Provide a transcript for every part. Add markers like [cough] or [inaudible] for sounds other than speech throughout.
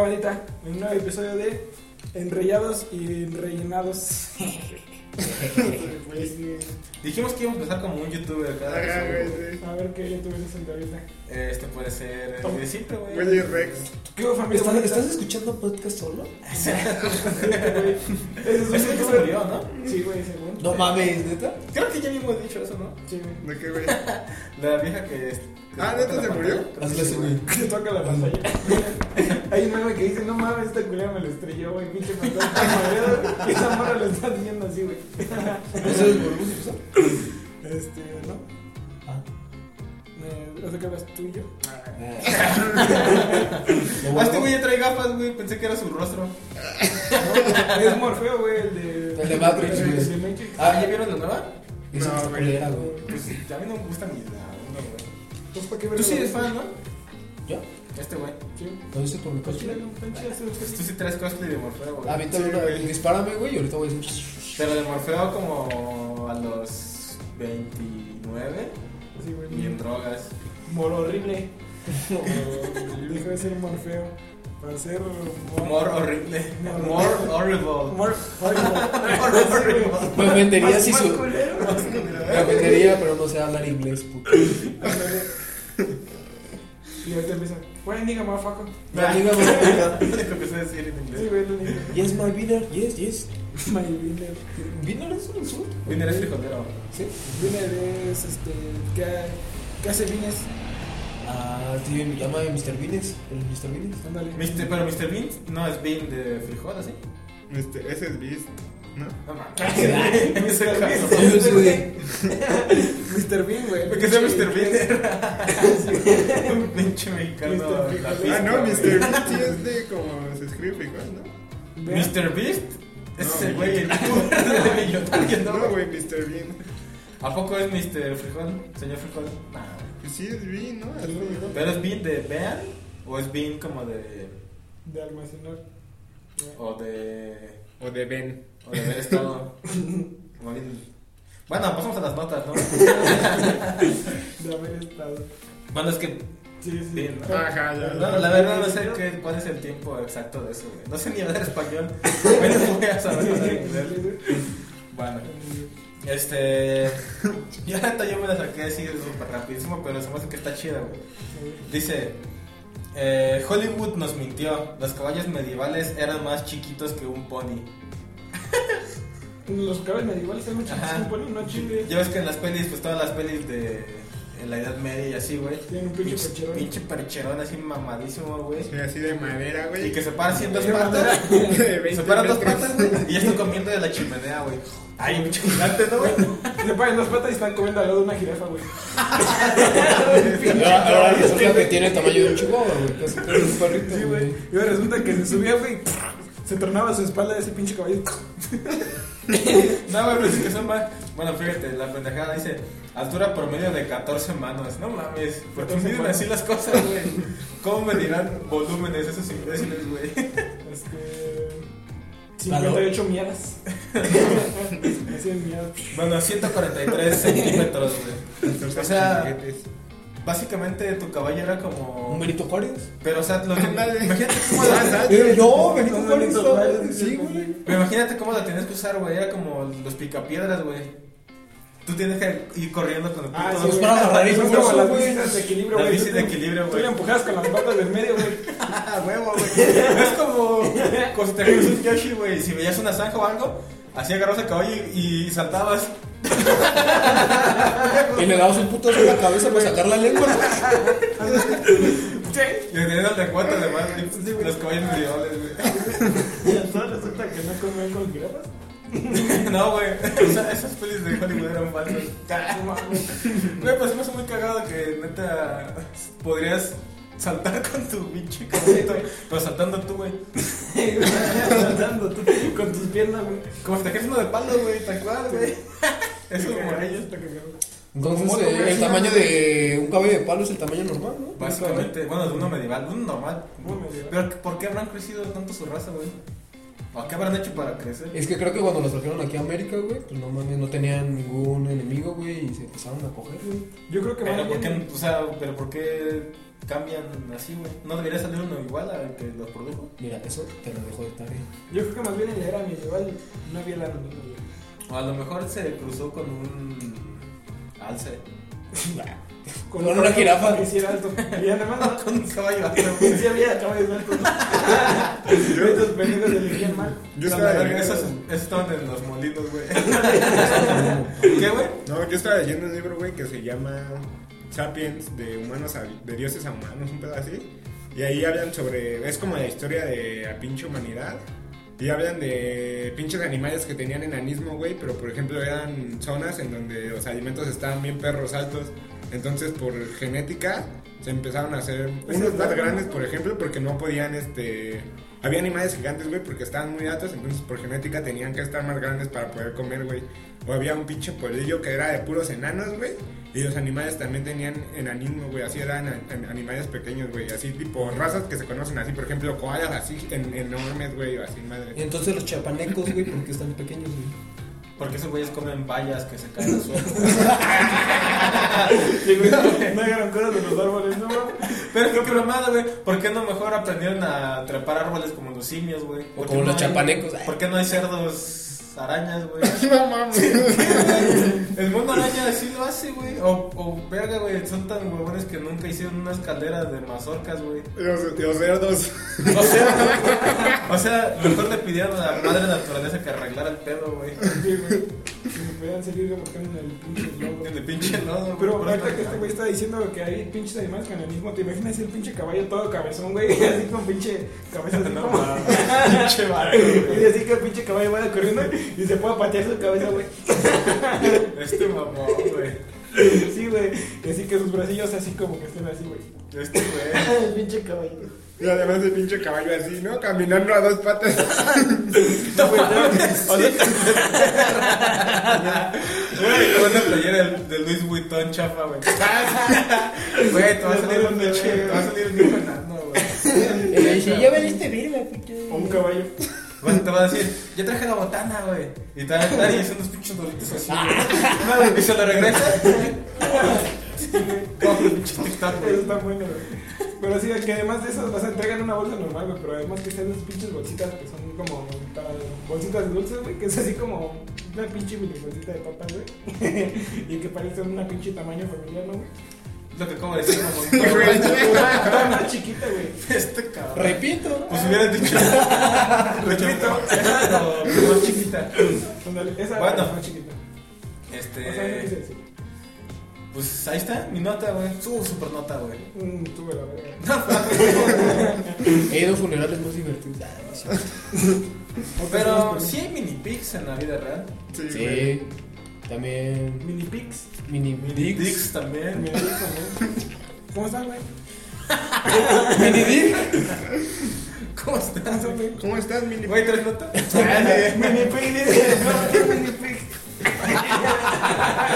bandita, en un nuevo episodio de Enrellados y [laughs] Rellenados. Pues, sí. Dijimos que íbamos a empezar como un youtuber cada Ajá, vez, güey. Ah, güey, sí. A ver qué YouTube es el de ahorita. Eh, Esto puede ser el de siempre, güey. Willy Rex. ¿Qué hubo, familia? ¿Estás, bonita? estás escuchando podcast solo? [laughs] Ese Es es el un que se youtuber. murió, ¿no? Sí, güey, según. No mames, neta. Creo que ya habíamos dicho eso, ¿no? Sí, güey. ¿De qué, güey? La vieja que. que Ah, ¿neta la se pantalla. murió? Creo que Hazle sí, así, güey. Se toca la pantalla. [laughs] Hay un meme que dice, no mames, esta culera me lo estrelló, güey. Pinche pantalla. [laughs] Y esa morra lo está diciendo así, güey. ¿No sabes por qué se puso? Este, ¿no? Ah. Me- O sea, que hablas tú y yo. Lo Ah, este güey guardo. ya trae gafas, güey. Pensé que era su rostro. Es Morfeo, güey, el de... El de Matrix, el güey. de Matrix. Ah, ¿ya vieron la nueva? Esa No, está güey. culera, güey. Pues a mí no me gusta ni la uno, güey. Pues, ¿para qué Tú verlo? sí eres fan, ¿no? ¿Yo? Este güey. Sí. ¿Lo viste por mi Pues, chile, cosplay? no, pinche, hace un Pues tú sí traes cosplay de Morfeo, güey. Eh. A mí también, Sí, una- güey. dispárame, güey, y ahorita voy a decir. Pero de Morfeo como a los 29 [laughs] Sí, güey. y en drogas. Mor horrible. [laughs] Dejó de ser Morfeo. Para ser... Mor... Humor horrible. Mor- Humor horrible. Mor... horrible. [laughs] Pues Me ofendería si su. Me Culero. ofendería, pero no sé hablar inglés, puto. Ándale. pues, Y ahorita empieza. Bueno, diga, mafaco. Me diga, [laughs] güey. Lo único que sé decir en Sí, inglés. güey, lo único. Yes, [laughs] my winner, yes, yes. My winner. ¿Winner es un insulto? Winner es frijolero. Sí. Winner es este. ¿Qué, qué hace Vines? Ah, sí, me llama Mr. Beans. El Mr. Beans. Ándale. [laughs] Mister- pero Mr. Bean no es Bean de frijol, ¿así? Este, ese es Beast, ¿no? [laughs] No mames. [laughs] En ese caso. Dios, [laughs] güey. Mr. Bean, güey. Que sea Mr. Bean. [laughs] Un pinche mexicano. Mr. racista, Ah, no, güey. Mr. [laughs] Beast sí es de como se escribe frijol, ¿no? Bean. Mr. Beast ese es el No, güey güey. [laughs] el youtuber [laughs] de Millonario, ¿no? No, güey, Mr. Bean. ¿A poco es Mr. Frijol? ¿Señor Frijol? Nah. Pues sí es Bean, ¿no? Así. ¿Pero es Bean de Bean? ¿O es Bean como de. De almacenar. o de. O de Ben. o de ver estado? Como bien- Bueno, pasamos a las notas, ¿no? De haber estado. Bueno, es [laughs] que. Sí, sí. Bean, ¿no? Ajá, ya. No, la verdad no sé qué- cuál es el tiempo exacto de eso, güey. No sé ni hablar español. [laughs] Menos voy a saber hablar inglés. Bueno, este. Yo neta yo me la saqué así súper rapidísimo, pero se me hace que está chida, güey. Dice, eh, Hollywood nos mintió, los caballos medievales eran más chiquitos que un pony. Los cabellos medievales están mucho Ajá. más ponen no chile. Ya ves que en las pelis, pues todas las pelis de en la Edad Media y así, güey. Tienen un pinche percherón. Pinche percherón así mamadísimo, güey. Sí, así de madera, güey. Y que se para así en dos De patas. [laughs] De 20 Se paran dos metros. patas, güey. Y ya está comiendo de la chimenea, güey. Ay, un chocolate, [laughs] ¿no, güey? Se paran dos patas y están comiendo al lado de una jirafa, güey. Ahora Ah, ahora resulta que tiene el tamaño de un chihuahua, güey. Casi como un perrito. Sí, güey. Y ahora resulta que se subía, güey. Se tornaba su espalda de ese pinche caballo. No, güey, pero es que son más. Bueno, fíjate, la pendejada dice altura promedio de 14 manos. No mames, ¿por qué 14 miden manos. así las cosas, güey? ¿Cómo me dirán volúmenes esos imbéciles, güey? Este. 58 mierdas. [laughs] Así de mierdas. Bueno, 143 centímetros, güey. Entonces, O sea, chiquetes. Básicamente tu caballo era como. ¿Un Benito Juárez? Pero, o sea, [laughs] lo Ándale. imagínate cómo la, Eh, no, Benito No, Juárez. Oh, Benito no, Juárez, "Pues, Sí, sí, güey. pero imagínate cómo la tenías que usar, güey. Era como los picapiedras, güey. Tú tienes que ir corriendo con el Ah, puto- sí, [laughs] es güey. para agarrar el Son pulso, como las güey. bicis de equilibrio, Las güey. bicis de equilibrio, Tú güey. le empujas con las patas del medio, güey. [laughs] Ah, huevo, güey. Es como, como si te agarras un Yoshi, güey. Si veías una zanja o algo, así agarras el caballo y, y saltabas. Y le dabas un putazo [laughs] en la cabeza para sacar la lengua. Sí. Y tenías de cuatro de más los caballos medievales, güey. Y entonces resulta que no comían con jirafas. No, güey. [laughs] O sea, esas pelis de Hollywood eran falsas. No [laughs] mames. Güey, pues se me hace muy cagado que neta podrías saltar con tu pinche caballito. Pero saltando tú, güey. Saltando tú con tus piernas, güey. Como si te agarras uno de palo, güey. Tal cual, güey. [laughs] Eso es como ellos. está cagado. Entonces, Como eh, mono, güey, el sí, tamaño no, de un cabello de palo es el tamaño normal, ¿no? Básicamente, bueno, de uno medieval, de uno normal. Uno medieval. Pero ¿por qué habrán crecido tanto su raza, güey? ¿O qué habrán hecho para crecer? Es Eh, que creo que cuando los trajeron aquí a América, güey, pues no mames, no tenían ningún enemigo, güey, y se empezaron a coger, güey. Yo creo que Pero más ¿por bien- qué, o sea, pero ¿por qué cambian así, güey? ¿No debería salir uno igual al que los produjo? Mira, eso te lo dejo de tarea. Yo creo que más bien en la era medieval no había la anonimidad. O a lo mejor se cruzó con un alce. [laughs] Con una jirafa. Que sí era alto. Y además Con un caballo no, sí había caballos altos. [laughs] Estos pendejos elegían mal. Yo No, estaba no, leyendo- esos, esos estaban en los molinos, güey. [laughs] [laughs] ¿Qué, güey? No, yo estaba leyendo un libro, güey, que se llama Sapiens, de humanos a, de dioses a humanos, un pedo así. Y ahí hablan sobre, es como la historia de la pinche humanidad. Y hablan de pinches animales que tenían enanismo, güey, pero por ejemplo eran zonas en donde los alimentos estaban bien perros altos. Entonces por genética se empezaron a hacer unos más grandes, por ejemplo, porque no podían, este... Había animales gigantes, güey, porque estaban muy altos, entonces por genética tenían que estar más grandes para poder comer, güey. O había un pinche pueblillo que era de puros enanos, güey. Y los animales también tenían enanismo, güey. Así eran a- an- animales pequeños, güey. Así tipo razas que se conocen así. Por ejemplo, koalas así en- enormes, güey. o Así madre. Entonces los chapanecos, güey, porque están [laughs] pequeños, güey. Porque esos güeyes comen vallas que se caen al suelo. Sí, güey, no agarran cosas de los árboles, no mames. Pero qué bromada, güey. ¿Por qué no mejor aprendieron a trepar árboles como los simios, güey? ¿Por qué como no los hay- chapanecos, eh. ay. ¿Por qué no hay cerdos arañas, [laughs] güey? No mames. El mundo araña sí lo hace, güey. O, o verga, güey. Son tan huevones que nunca hicieron una escalera de mazorcas, güey. Los, los cerdos. O sea, o sea, mejor le pidieron a la madre naturaleza que arreglara el pedo, güey. Sí, güey. Si me pudieran seguir remarcando en el pinche lobo. De pinche lodo, Pero Por ahorita eso- que este güey está diciendo que hay pinches animales con el mismo, te imaginas el pinche caballo todo cabezón, güey, [laughs] así con pinche cabeza así No, [laughs] como... mames. pinche vato, güey. Y así que el pinche caballo vaya corriendo y se pueda patear su cabeza, güey. Este mamón, güey. Sí, güey. Y así que sus bracillos así como que estén así, güey. Este güey. [laughs] El pinche caballo. Y además el pinche caballo así, ¿no? Caminando a dos patas. No, güey, no, o sea, [laughs] Güey, con una playera del- de Luis Vuitton chafa, güey. [laughs] Güey, te va a salir un leche, te va a salir un hijo enano, güey. Y le dice, Eh, ya veniste verga, porque... O un caballo. Vas- Te va a decir, yo traje la botana, güey. Y te va a estar y hacer unos pinches doritos así. [laughs] güey. Y se lo regresa. [laughs] Como un pinche TikTok, Eso güey. está bueno, güey. Pero sí, que además de esas las entregan en una bolsa normal, güey. Pero además que sean esas pinches bolsitas que son como para bolsitas dulces, güey. Que es así como una pinche mini bolsita de papas, güey. [laughs] y que parecen una pinche tamaño familiar, ¿no, güey? Lo que acabo de decir, Sí, mamón. güey. Está más chiquita, güey. [laughs] Este cabrón. Repito. Pues hubieran [laughs] dicho. [laughs] Repito, pero más chiquita. Ándale, Esa Bueno. es más chiquita. O sea, ¿qué Este. dices? Pues ahí está, mi nota, güey. Su super nota, güey. Mm, tuve la verga. He ido a funerales [laughs] más divertidos. Ah, no es cierto. Pero sí hay mini pics en la vida real. Sí, güey. Sí. También... Mini pics. Mini... Mini pics también. Mini pics también. ¿Cómo están, güey? Mini dick. ¿Cómo estás? ¿Cómo están, güey? ¿Cómo estás, mini? Güey, ¿tres [laughs] nota? Mini [laughs] pics. No, ¿qué mini pics?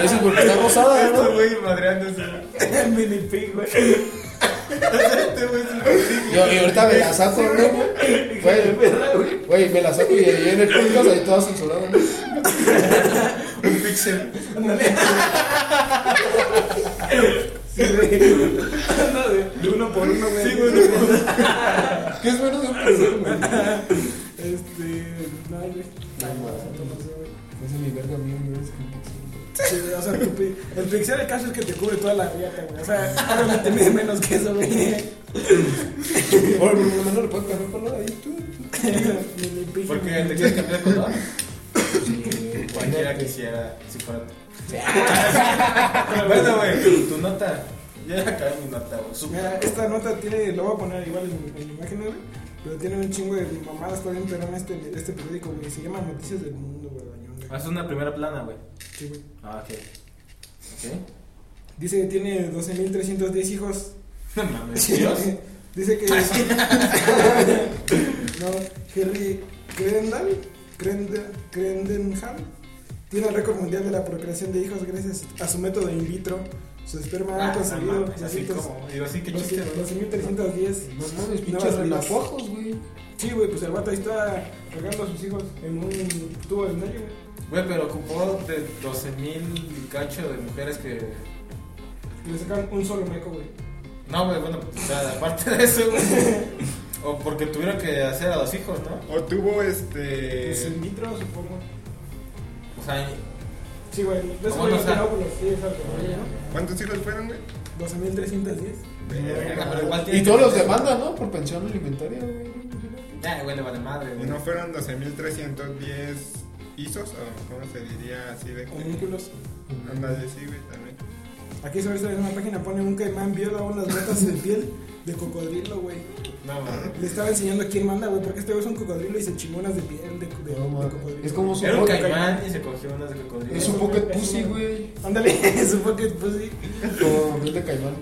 Eso es porque está gozada, Este ¿no? güey madreándose, güey. [laughs] Mini pig, güey. Este güey es un mini Yo, y ahorita me la saco, ¿no? [laughs] Güey. Güey, güey, me la saco y ahí en el podcast ahí toda censurada, ¿no? pic, un pixel. Sí, güey. [laughs] Anda de- De uno por uno, güey. Sí, güey, no, güey. ¿Qué es menos de un placer, güey? Este. No, güey. No, No, Ese es mi verga mío, no es que un pixel. O sea, tu pi- el pixel el caso es que te cubre toda la riata, güey. O sea, obviamente mide menos que eso, güey. Por por lo menos le puedo cambiar por nada ahí, tú. Mini pig. [laughs] ¿Por qué? ¿Te quieres cambiar de color? Sí, Cualquiera quisiera, si fuera [laughs] tú. Bueno, güey, tu nota. Ya acabé mi nota, güey. [laughs] Su- Mira, esta nota tiene, lo voy a poner igual en, en imágenes, güey. Pero tiene un chingo de mamadas, está bien perrón este, este periódico, güey. Se llama Noticias del Mundo, güey. Bañón, güey. Haz una primera plana, güey. Sí, güey. Ah, ok. Ok. Dice que tiene 12.310 hijos. [laughs] No mames, Dios. Dice que. no, Henry Crendal, Crende- Crendenham tiene el récord mundial de la procreación de hijos gracias a su método in vitro. Su esperma ha Ah, no Ah, conseguido pues, mames, así 200, como, digo, así que chiste, güey. 12.310. No mames, Nuevas pinches vidas. renacuajos, güey. Sí, güey, pues el vato ahí está cargando a sus hijos en un tubo de nadie, güey. Güey, pero ocupó de 12.000 y cacho de mujeres que. Y le sacaron un solo meco, güey. No, güey, bueno, pues, o sea, [laughs] aparte de eso, güey. O porque tuvieron que hacer a dos hijos, ¿no? O tuvo Eh. Es in este. vitro, supongo. O sea, Sí, güey. De eso ¿Cómo no güey, está? Ah, tiene óvulos, sí, exacto. güey, ¿no? ¿Cuántos hijos fueron, güey? 12.310. verga, pero igual tiene. Y todos los demandan, ¿no? Por pensión alimentaria, güey. Ya, güey, le vale madre, ¿Y güey. no fueron 12.310 isos? ¿O cómo se diría así de que.? Homúnculos. Ándale, sí, güey, también. Aquí sobre esta misma página pone un caimán viola unas botas de piel de cocodrilo, güey. No, güey. Le estaba enseñando quién manda, güey, porque este güey es un cocodrilo y se chingó unas de piel de, de- No, de mames. cocodrilo. Es como su Era un pocket, caimán y se cogió unas de cocodrilo. es un pocket pussy, güey. Ándale, [laughs] su pocket pussy. Como piel de caimán.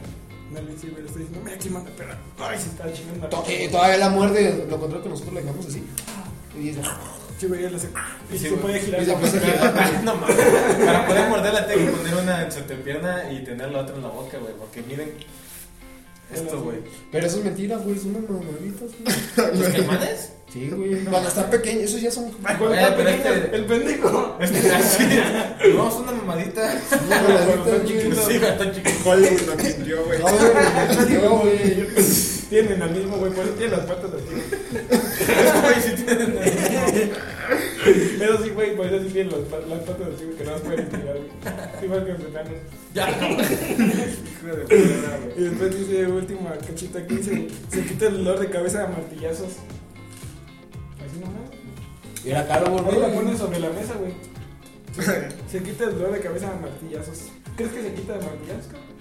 Ándale, pues sí, güey, le estoy diciendo, mira quién manda, pero. Ay, se está chingando. To- eh, Todavía la muerde, lo contrario que nosotros le dejamos así. Y es- Sí, güey, ya le hace. Y Sí, se güey. puede girar. Y se puede girar. [laughs] no mames. Para poder morderla tengo que poner una en su entrepierna y tener la otra en la boca, güey. Porque miren. Esto, güey. Pero eso es mentira, güey. Son unas mamaditas, güey. [laughs] ¿Los caimanes? Sí, güey. Cuando están pequeños, esos ya [laughs] son. Ay, cuando está Eh, pero pequeño, este- El pendejo. Este, así. No, es una mamadita. mamaditas, güey. Sí, güey, está chiquito. Hollywood no mintió, güey. No, güey, [laughs] no, no, güey. Tienen al mismo, güey, por eso tienen las patas así. Este güey sí tiene. Eso sí, güey, por eso sí tienen las pa- las patas así, güey, que no las pueden tirar, güey. Igual que los enanos. Ya, Hijo de puta, güey. Y después dice, última cachita aquí, dice, se quita el dolor de cabeza a martillazos. Así nomás. Y era caro, Ahí la güey. ponen sobre la mesa, güey. Se- Se quita el dolor de cabeza a martillazos. ¿Crees que se quita de martillazos, cabrón?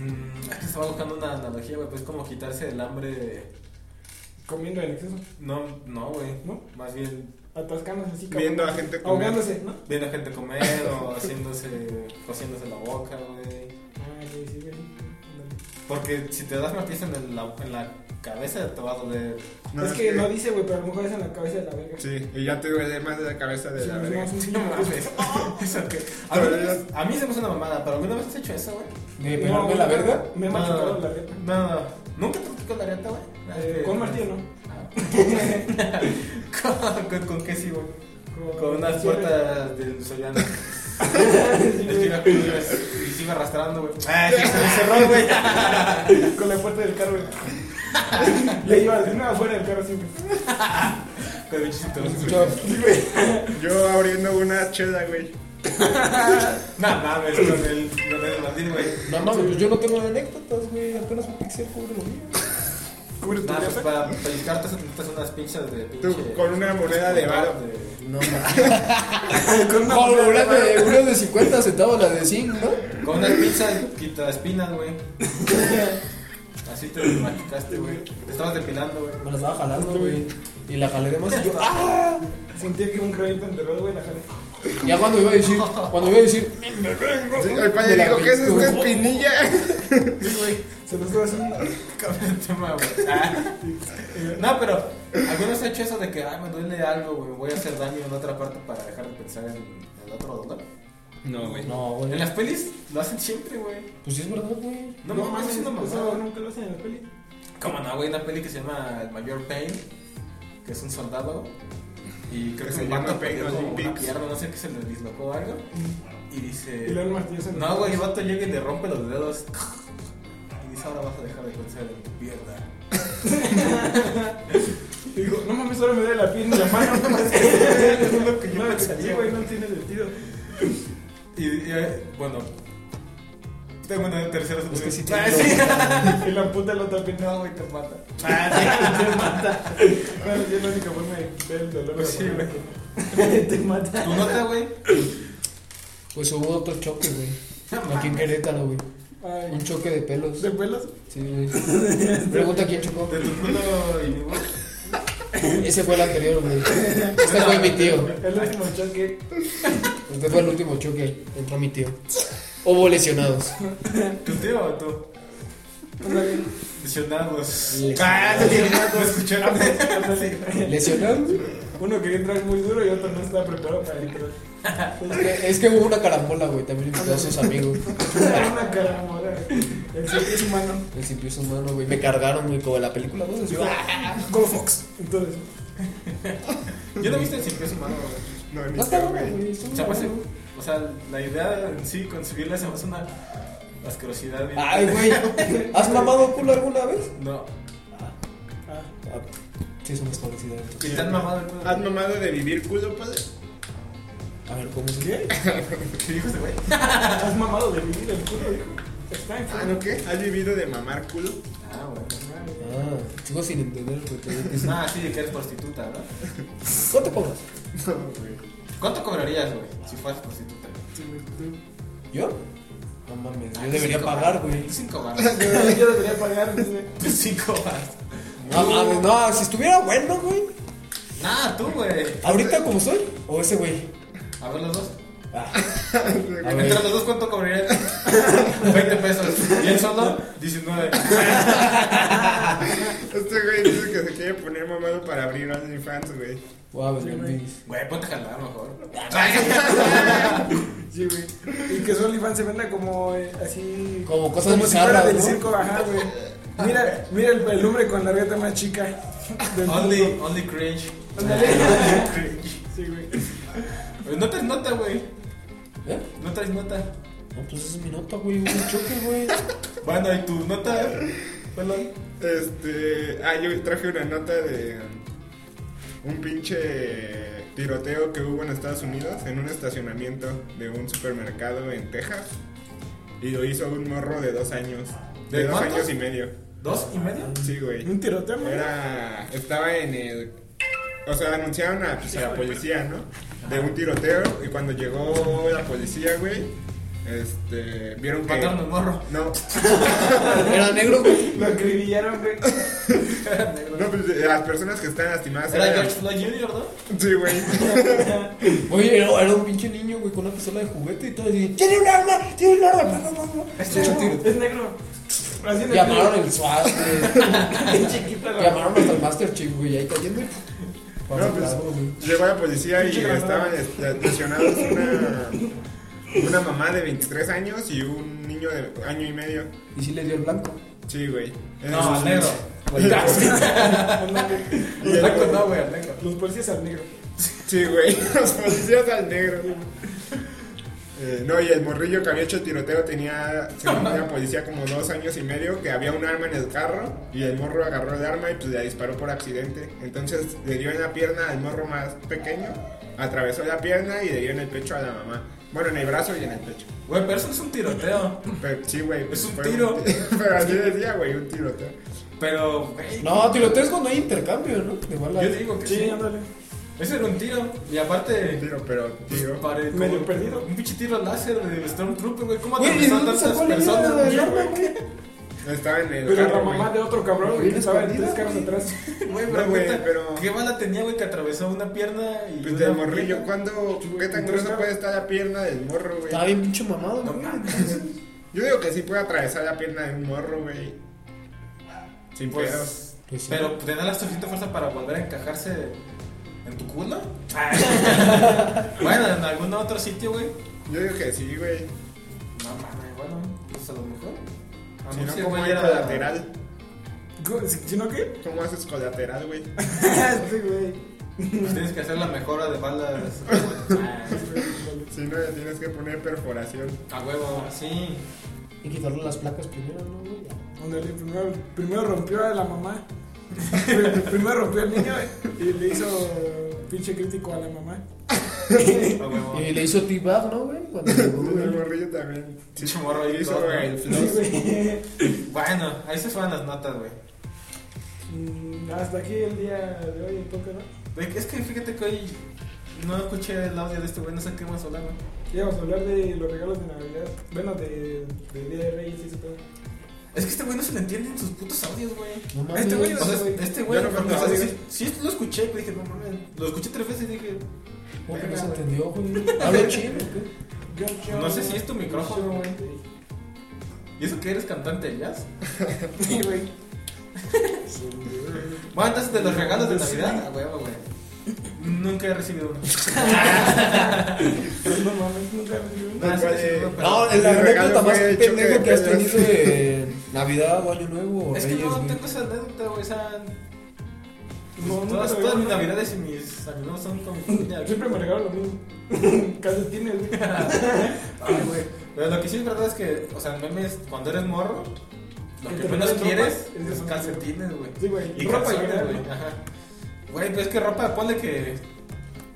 Mm, es que estaba buscando una analogía, güey. Pues como quitarse el hambre. de- Comiendo en exceso, No, no, güey. ¿no? Más bien Atascándose así, cabrón. Viendo a gente comer. Ahogándose, ¿no? viendo a gente comer o haciéndose, cosiéndose la boca, güey. Ah, sí, sí, güey. Ándale. Porque si te das martillo en, el- la- en la cabeza te va a doler. No, es que no dice, güey, pero a lo mejor es en la cabeza de la verga. Sí, y ya te duele más de la cabeza de Sí, la no, verga. es un No chingo. mames. [laughs] Eso que- A mí, a mí se me hace una mamada, pero ¿alguna vez has hecho eso, güey? ¿De No, pelarme la güey, verga? Me he No, machucado la verga. No, no. ¿Nunca te tocó la areta, güey? Eh, Con martillo, Ah. ¿no? ¿Con, [laughs] con, con qué sí, güey? Con unas cierre. puertas del Soyano. [laughs] Sí, Y güey. se iba- y se iba arrastrando, güey. Ah, sí, se me cerró, güey. Con la puerta del carro. güey. [laughs] Le iba de una afuera del carro siempre. [laughs] Con el chiste, ¿Lo güey. escuchaba? Yo abriendo una chela, güey. No mames, con el, con el mandil, güey. No mames, pues yo no tengo anécdotas, güey. Apenas un pixel cubre lo mío. Cubre tu Nah, pues casa. para pellizcarte se te quitas unas pinzas de pinche. Tú, con una moneda de varo. de- [laughs] No mames. Con una Como moneda una de de, una de 50 centavos, la de 5, ¿no? Con unas pinzas quita espinas, güey. Así te machucaste, güey. Te estabas depilando, güey. Me la estaba jalando, güey. Y la jalé de más y yo, ¡ah! Sentía que un cravito enterrado, güey, la jalé. Ya cuando iba a decir, cuando iba a decir, Sí, el padre dijo, ¿qué es esta espinilla? Sí, güey. Se nos fue así. Cambia el tema, güey. Ah. No, pero algunos han hecho eso de que, ay, me duele algo, güey. Voy a hacer daño en otra parte para dejar de pensar en el otro dolor. No, güey. no, En güey. las pelis lo hacen siempre, güey. Pues sí es verdad, güey. No, no mames, es una mamada. Eso nunca lo hacen en la peli. Como no, güey, una peli que se llama El Mayor Pain, que es un soldado. Y creo Que que se se llama Pain vato perdió como una Olympics. pierna, no sé qué se le dislocó algo. Y dice. Y luego el martillo en Eh, No, güey, el vato llega y le rompe los dedos. [laughs] Y dice, ahora vas a dejar de pensar en tu pierna. Digo, no mames, solo me duele la pierna y la mano. No [laughs] mames. [laughs] Es lo que yo No, pensaría, sí, güey, no tiene sentido. [laughs] Y, y, eh, bueno. Tengo una tercera Es que sí solución. Ah, [laughs] tiene- Y la puta la otra pierna. No, güey, te mata. Ah, Te mata. Claro, yo la única forma de ver el dolor. Pues sí, de la güey. mano. Te mata. ¿Tu nota, güey? Pues hubo otro choque, güey. Aquí en Querétaro, güey. Un Ay. choque de pelos. ¿De pelos? Sí, güey. Pregunta quién [laughs] chocó. ¿De tu culo y mi voz? [coughs] Ese fue el anterior, güey. Este fue mi tío. El último choque. Este fue el último choque. Entró mi tío. Hubo lesionados. ¿Tu tío o tú? Ándale. Lesionados. Lesionados. Ah, lesionados. ¿Lo escucharon? [laughs] [laughs] Ándale. ¿Lesionados? Uno quería entrar muy duro y otro no estaba [laughs] preparado para entrar. Es que, es que hubo una carambola, güey. También invitó a sus amigos. Una carambola. El simio es humano. El simio es humano, güey. Me cargaron, güey, como en la película 2. así, ¡ah! Go Fox. Entonces. Yo no viste el simple humano, güey. No, No ni está sé, bueno, güey. güey. está O sea, bueno. pues, o sea, la idea en sí, concebirla se me hace una asquerosidad. bien- Ay, güey. ¿Has mamado culo alguna vez? No. Ah, Ah, sí, es una desconocida. ¿Y te han mamado el culo? Ah, ¿Has mamado de vivir culo, padre? A ver, ¿cómo se ¿Qué? ¿Qué dijo ese güey? Has mamado de vivir el culo, dijo. Está Ah, enfermo. ¿no qué? ¿Has vivido de mamar culo? Ah, bueno. Ah, sigo sin entender, güey. te digo que sí. Ah, sí, que eres prostituta, ¿no? ¿Cuánto cobras? No, güey. ¿Cuánto cobrarías, güey, si fueras prostituta? Sí, güey, tú. ¿Yo? No mames, Ah, yo debería cinco pagar, bar- güey. Cinco [laughs] barras. Yo yo debería pagar, dice. [laughs] Cinco barras. No mames, no, si estuviera bueno, güey. Nah, tú, güey. Ahorita como soy, o ese güey. A ver los dos. [laughs] Ah, a Entre ver. los dos, ¿cuánto cobrarías? [laughs] 20 pesos. ¿Y él solo? 19. Este güey dice que se quiere poner mamado para abrir OnlyFans, güey. Voy a vender mis. Güey, ponte a jalar mejor. Sí, güey. Y que su OnlyFans se venda como eh, así. Como cosas Como si bizarras, fuera del ¿no? circo, ajá, güey. Mira, mira el, el hombre con la reta más chica. del Only, mundo. only cringe. Ándale. Cringe. Sí, güey. Güey, No traes nota, güey. ¿Eh? No traes nota. No, pues esa es mi nota, güey. Un choque, güey. [laughs] Bueno, ¿y tu nota? Perdón. Este. Ah, yo traje una nota de. um, Un pinche tiroteo que hubo en Estados Unidos en un estacionamiento de un supermercado en Texas. Y lo hizo un morro de dos años. De, ¿De dos cuántos? años y medio. ¿Dos y medio? Sí, güey. Un tiroteo, güey. Era. Estaba en el. O sea, anunciaron a, pues, a la policía, ¿no? De un tiroteo. Y cuando llegó la policía, güey. Este. Vieron que. Mataron al morro. No, Era negro, güey. Lo acribillaron, güey. no, pues de las personas que están lastimadas. Era eran- George Floyd Jr., ¿no? Sí, güey. Oye, era, era un pinche niño, güey, con una pistola de juguete y todo. Así, tiene un arma, tiene un arma. pa, pa, pa, pa". Es Este Se negro. echó tiro. Este, Es negro. Así en el Llamaron el SWAT, güey. [laughs] Es chiquita la. Llamaron hasta el Master Chief, güey. Ahí cayendo. No, pues, llegó la policía y Pinche granada. estaban est- lesionados una, una mamá de 23 años y un niño de año y medio. Y sí le dio el blanco. Sí, güey. No, al negro. [laughs] Y el- Al blanco no, güey, al negro. Los policías al negro. Sí, güey. [laughs] Los policías al negro. Eh, no, y el morrillo que había hecho el tiroteo tenía, según la policía, como dos años y medio, que había un arma en el carro y el morro agarró el arma y pues le disparó por accidente. Entonces le dio en la pierna al morro más pequeño, atravesó la pierna y le dio en el pecho a la mamá. Bueno, en el brazo y en el pecho. Güey, pero eso es un tiroteo. Pero, sí, güey. pues, Es un fue tiro. [laughs] Pero así decía, güey, un tiroteo. Pero, güey. No, tiroteo es cuando hay intercambio, ¿no? De bala. Yo digo que sí. Sí, ándale. Eso era un tiro. Un Y aparte. tiro, pero tiro. pare- Medio como- perdido. Un pinche tiro láser de Stormtrooper, güey. ¿Cómo Güey, ¿y atravesaron dónde tantas sacó la personas? idea de güey? la arma, güey? Estaba en el Pero la carro, mamá güey. de otro cabrón güey, que estaba en tres carros atrás. Güey, No, pero, güey, neta, pero- ¿Qué bala tenía, güey, que atravesó una pierna y. Pues una del morrillo, pierna? ¿cuándo? ¿Qué tan gruesa puede estar la pierna del morro, Estaba güey? bien pinche mamado, No güey. mames. Yo digo que sí puede atravesar la pierna de un morro, güey. Sin pedos. Pues. Pues sí. Pero te da la suficiente fuerza para volver a encajarse en tu [laughs] culo. bueno, en algún otro sitio, güey. Yo digo que sí, güey. No mames, bueno, pues a lo mejor. A Si mí no, sí, ¿cómo güey, hay era- colateral? ¿Cómo- si- si no [laughs] qué? ¿Cómo haces colateral, güey? [laughs] Este güey. Pues tienes que hacer la mejora de [laughs] balas. Si no, le tienes que poner perforación. a huevo, sí. Y quitarle las placas primero, ¿no, güey? Ándale, primero, primero rompió a la mamá. [laughs] Pr- primero rompió al niño y le hizo pinche crítico a la mamá. A huevo. Y Eh, le hizo T-Bag, ¿no, güey? [laughs] Cuando llegó, Entonces, el güey. morrillo también. Sí, Pinche morro ahí hizo, todo, [laughs] ¿no? güey. el Sí, flow. güey. Bueno, ahí se fueron las notas, güey. Mm, Hasta aquí el día de hoy, en toque, ¿no? Güey, Es que fíjate que hoy no escuché el audio de este güey, no sé qué más hablar, güey. Íbamos a hablar de los regalos de Navidad. Bueno, de, de Día de Reyes y eso todo. Es que este güey no se le entienden sus putos audios, güey. No mames. Este güey- O sea, este güey, Yo no o creo que sea, lo sí, diga. sí lo escuché, pero dije, no mames, lo escuché tres veces y dije, ¿Cómo que no se entendió, güey? Hablo [laughs] chino, güey. No sé si es tu micrófono, güey. ¿y eso que eres cantante de jazz? Sí, güey. Bueno, entonces de los regalos de Navidad, a huevo, güey. Nunca he recibido uno. No mames, nunca me Nada, sí, cual, sí, eh, no, pero- No, es la El regalo anécdota más fue choque de pendejo que [laughs] has pelos. tenido en, [laughs] Navidad o Año Nuevo o Es que Reyes, no güey. tengo esa anécdota, güey. O sea. No, nunca todas, lo todas había mis visto. navidades y mis amigos son con mi familia. güey. Siempre me regalan lo mismo. [laughs] Calcetines, güey. [laughs] Ay, güey. [laughs] Pero lo que sí es verdad es que, o sea, memes, cuando eres morro, lo Que que te menos regalen quieres ropa, es es- calcetines, güey. Sí, güey. Y ropa, ropa y güey. güey. Ajá. Güey, pues es que ropa, ponle que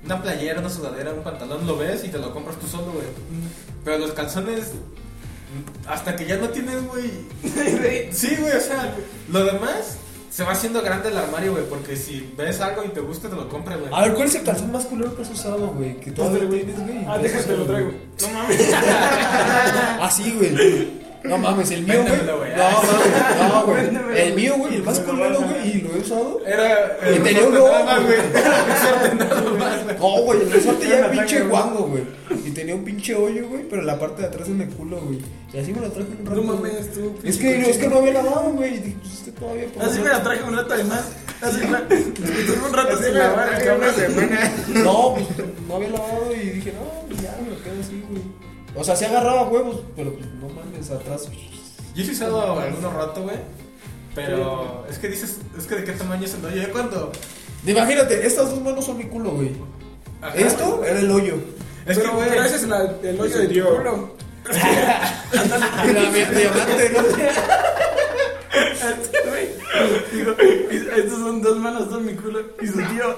una playera, una sudadera, un pantalón, lo ves y te lo compras tú solo, güey. Mm. Pero los calzones, hasta que ya no tienes, güey. Sí, güey, o sea, lo demás se va haciendo grande el armario, güey, porque si ves algo y te gusta, te lo compras, güey. A ver, ¿cuál es el calzón más culero que has usado, güey? Que todavía tienes, güey. Este Ah, déjate, lo traigo. No mames. [laughs] Ah, sí, güey. No mames, el mío, güey. Véndemelo, güey. No mames, no, Véndemelo. güey. El mío, güey, el más Me lo culero, vas a- güey, y lo he usado. Era. Y era tenía un nada logo, más, güey. [laughs] Era un sorte nada más, güey. No, güey, [laughs] el resorte ya Era era una pinche tanga, güey. guango, güey. Y tenía un pinche hoyo, güey, pero la parte de atrás en el culo, güey. Y así me lo traje un rato. No güey. mames, tú. Es que, es que no había lavado, güey. Y dije, pues es que todavía. pues, Así no- me la traje un rato además. Así me la tuve un rato Así sin me la lavar el traje una cabrón. semana. [laughs] No, pues no había lavado y dije, no, pues, ya me lo quedo así, güey. O sea, se agarraba huevos, pero pues no mames, atrás. Yo sí he usado algunos rato, güey. Pero es que dices, es que de qué tamaño es el hoyo. Yo cuando. Imagínate, estas dos manos son mi culo, güey. Ajá, güey. Esto era [laughs] el hoyo. Es que, Pero, güey. pero ese es la- el hoyo Ese de tu tío. culo. Era mi diamante, [laughs] ¿no? Güey, [laughs] digo, Estos son dos manos, son mi culo. Y su tío.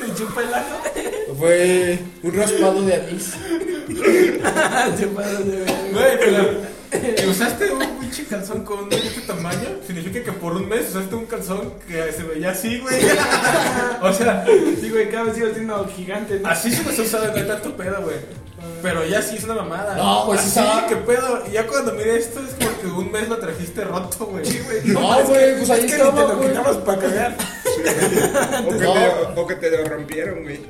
Me chupa el [laughs] ajo. Fue un raspado de anís. Se pasa de verga. Güey, pero. Que usaste un pinche calzón con un este tamaño significa que por un mes usaste un calzón que se veía así, güey. [laughs] o sea, Sí, güey, cada vez sigo siendo gigante. ¿no? así se me usaba no hay tanto pedo, güey. Pero ya sí es una mamada. No, güey, sí Así, estaba- qué pedo. Y ya cuando miré esto es porque un mes lo trajiste roto, güey. No, güey, pues Es que ahí ni te estaba, lo güey. quitamos para cagar. O que, te, o que te lo rompieron, güey.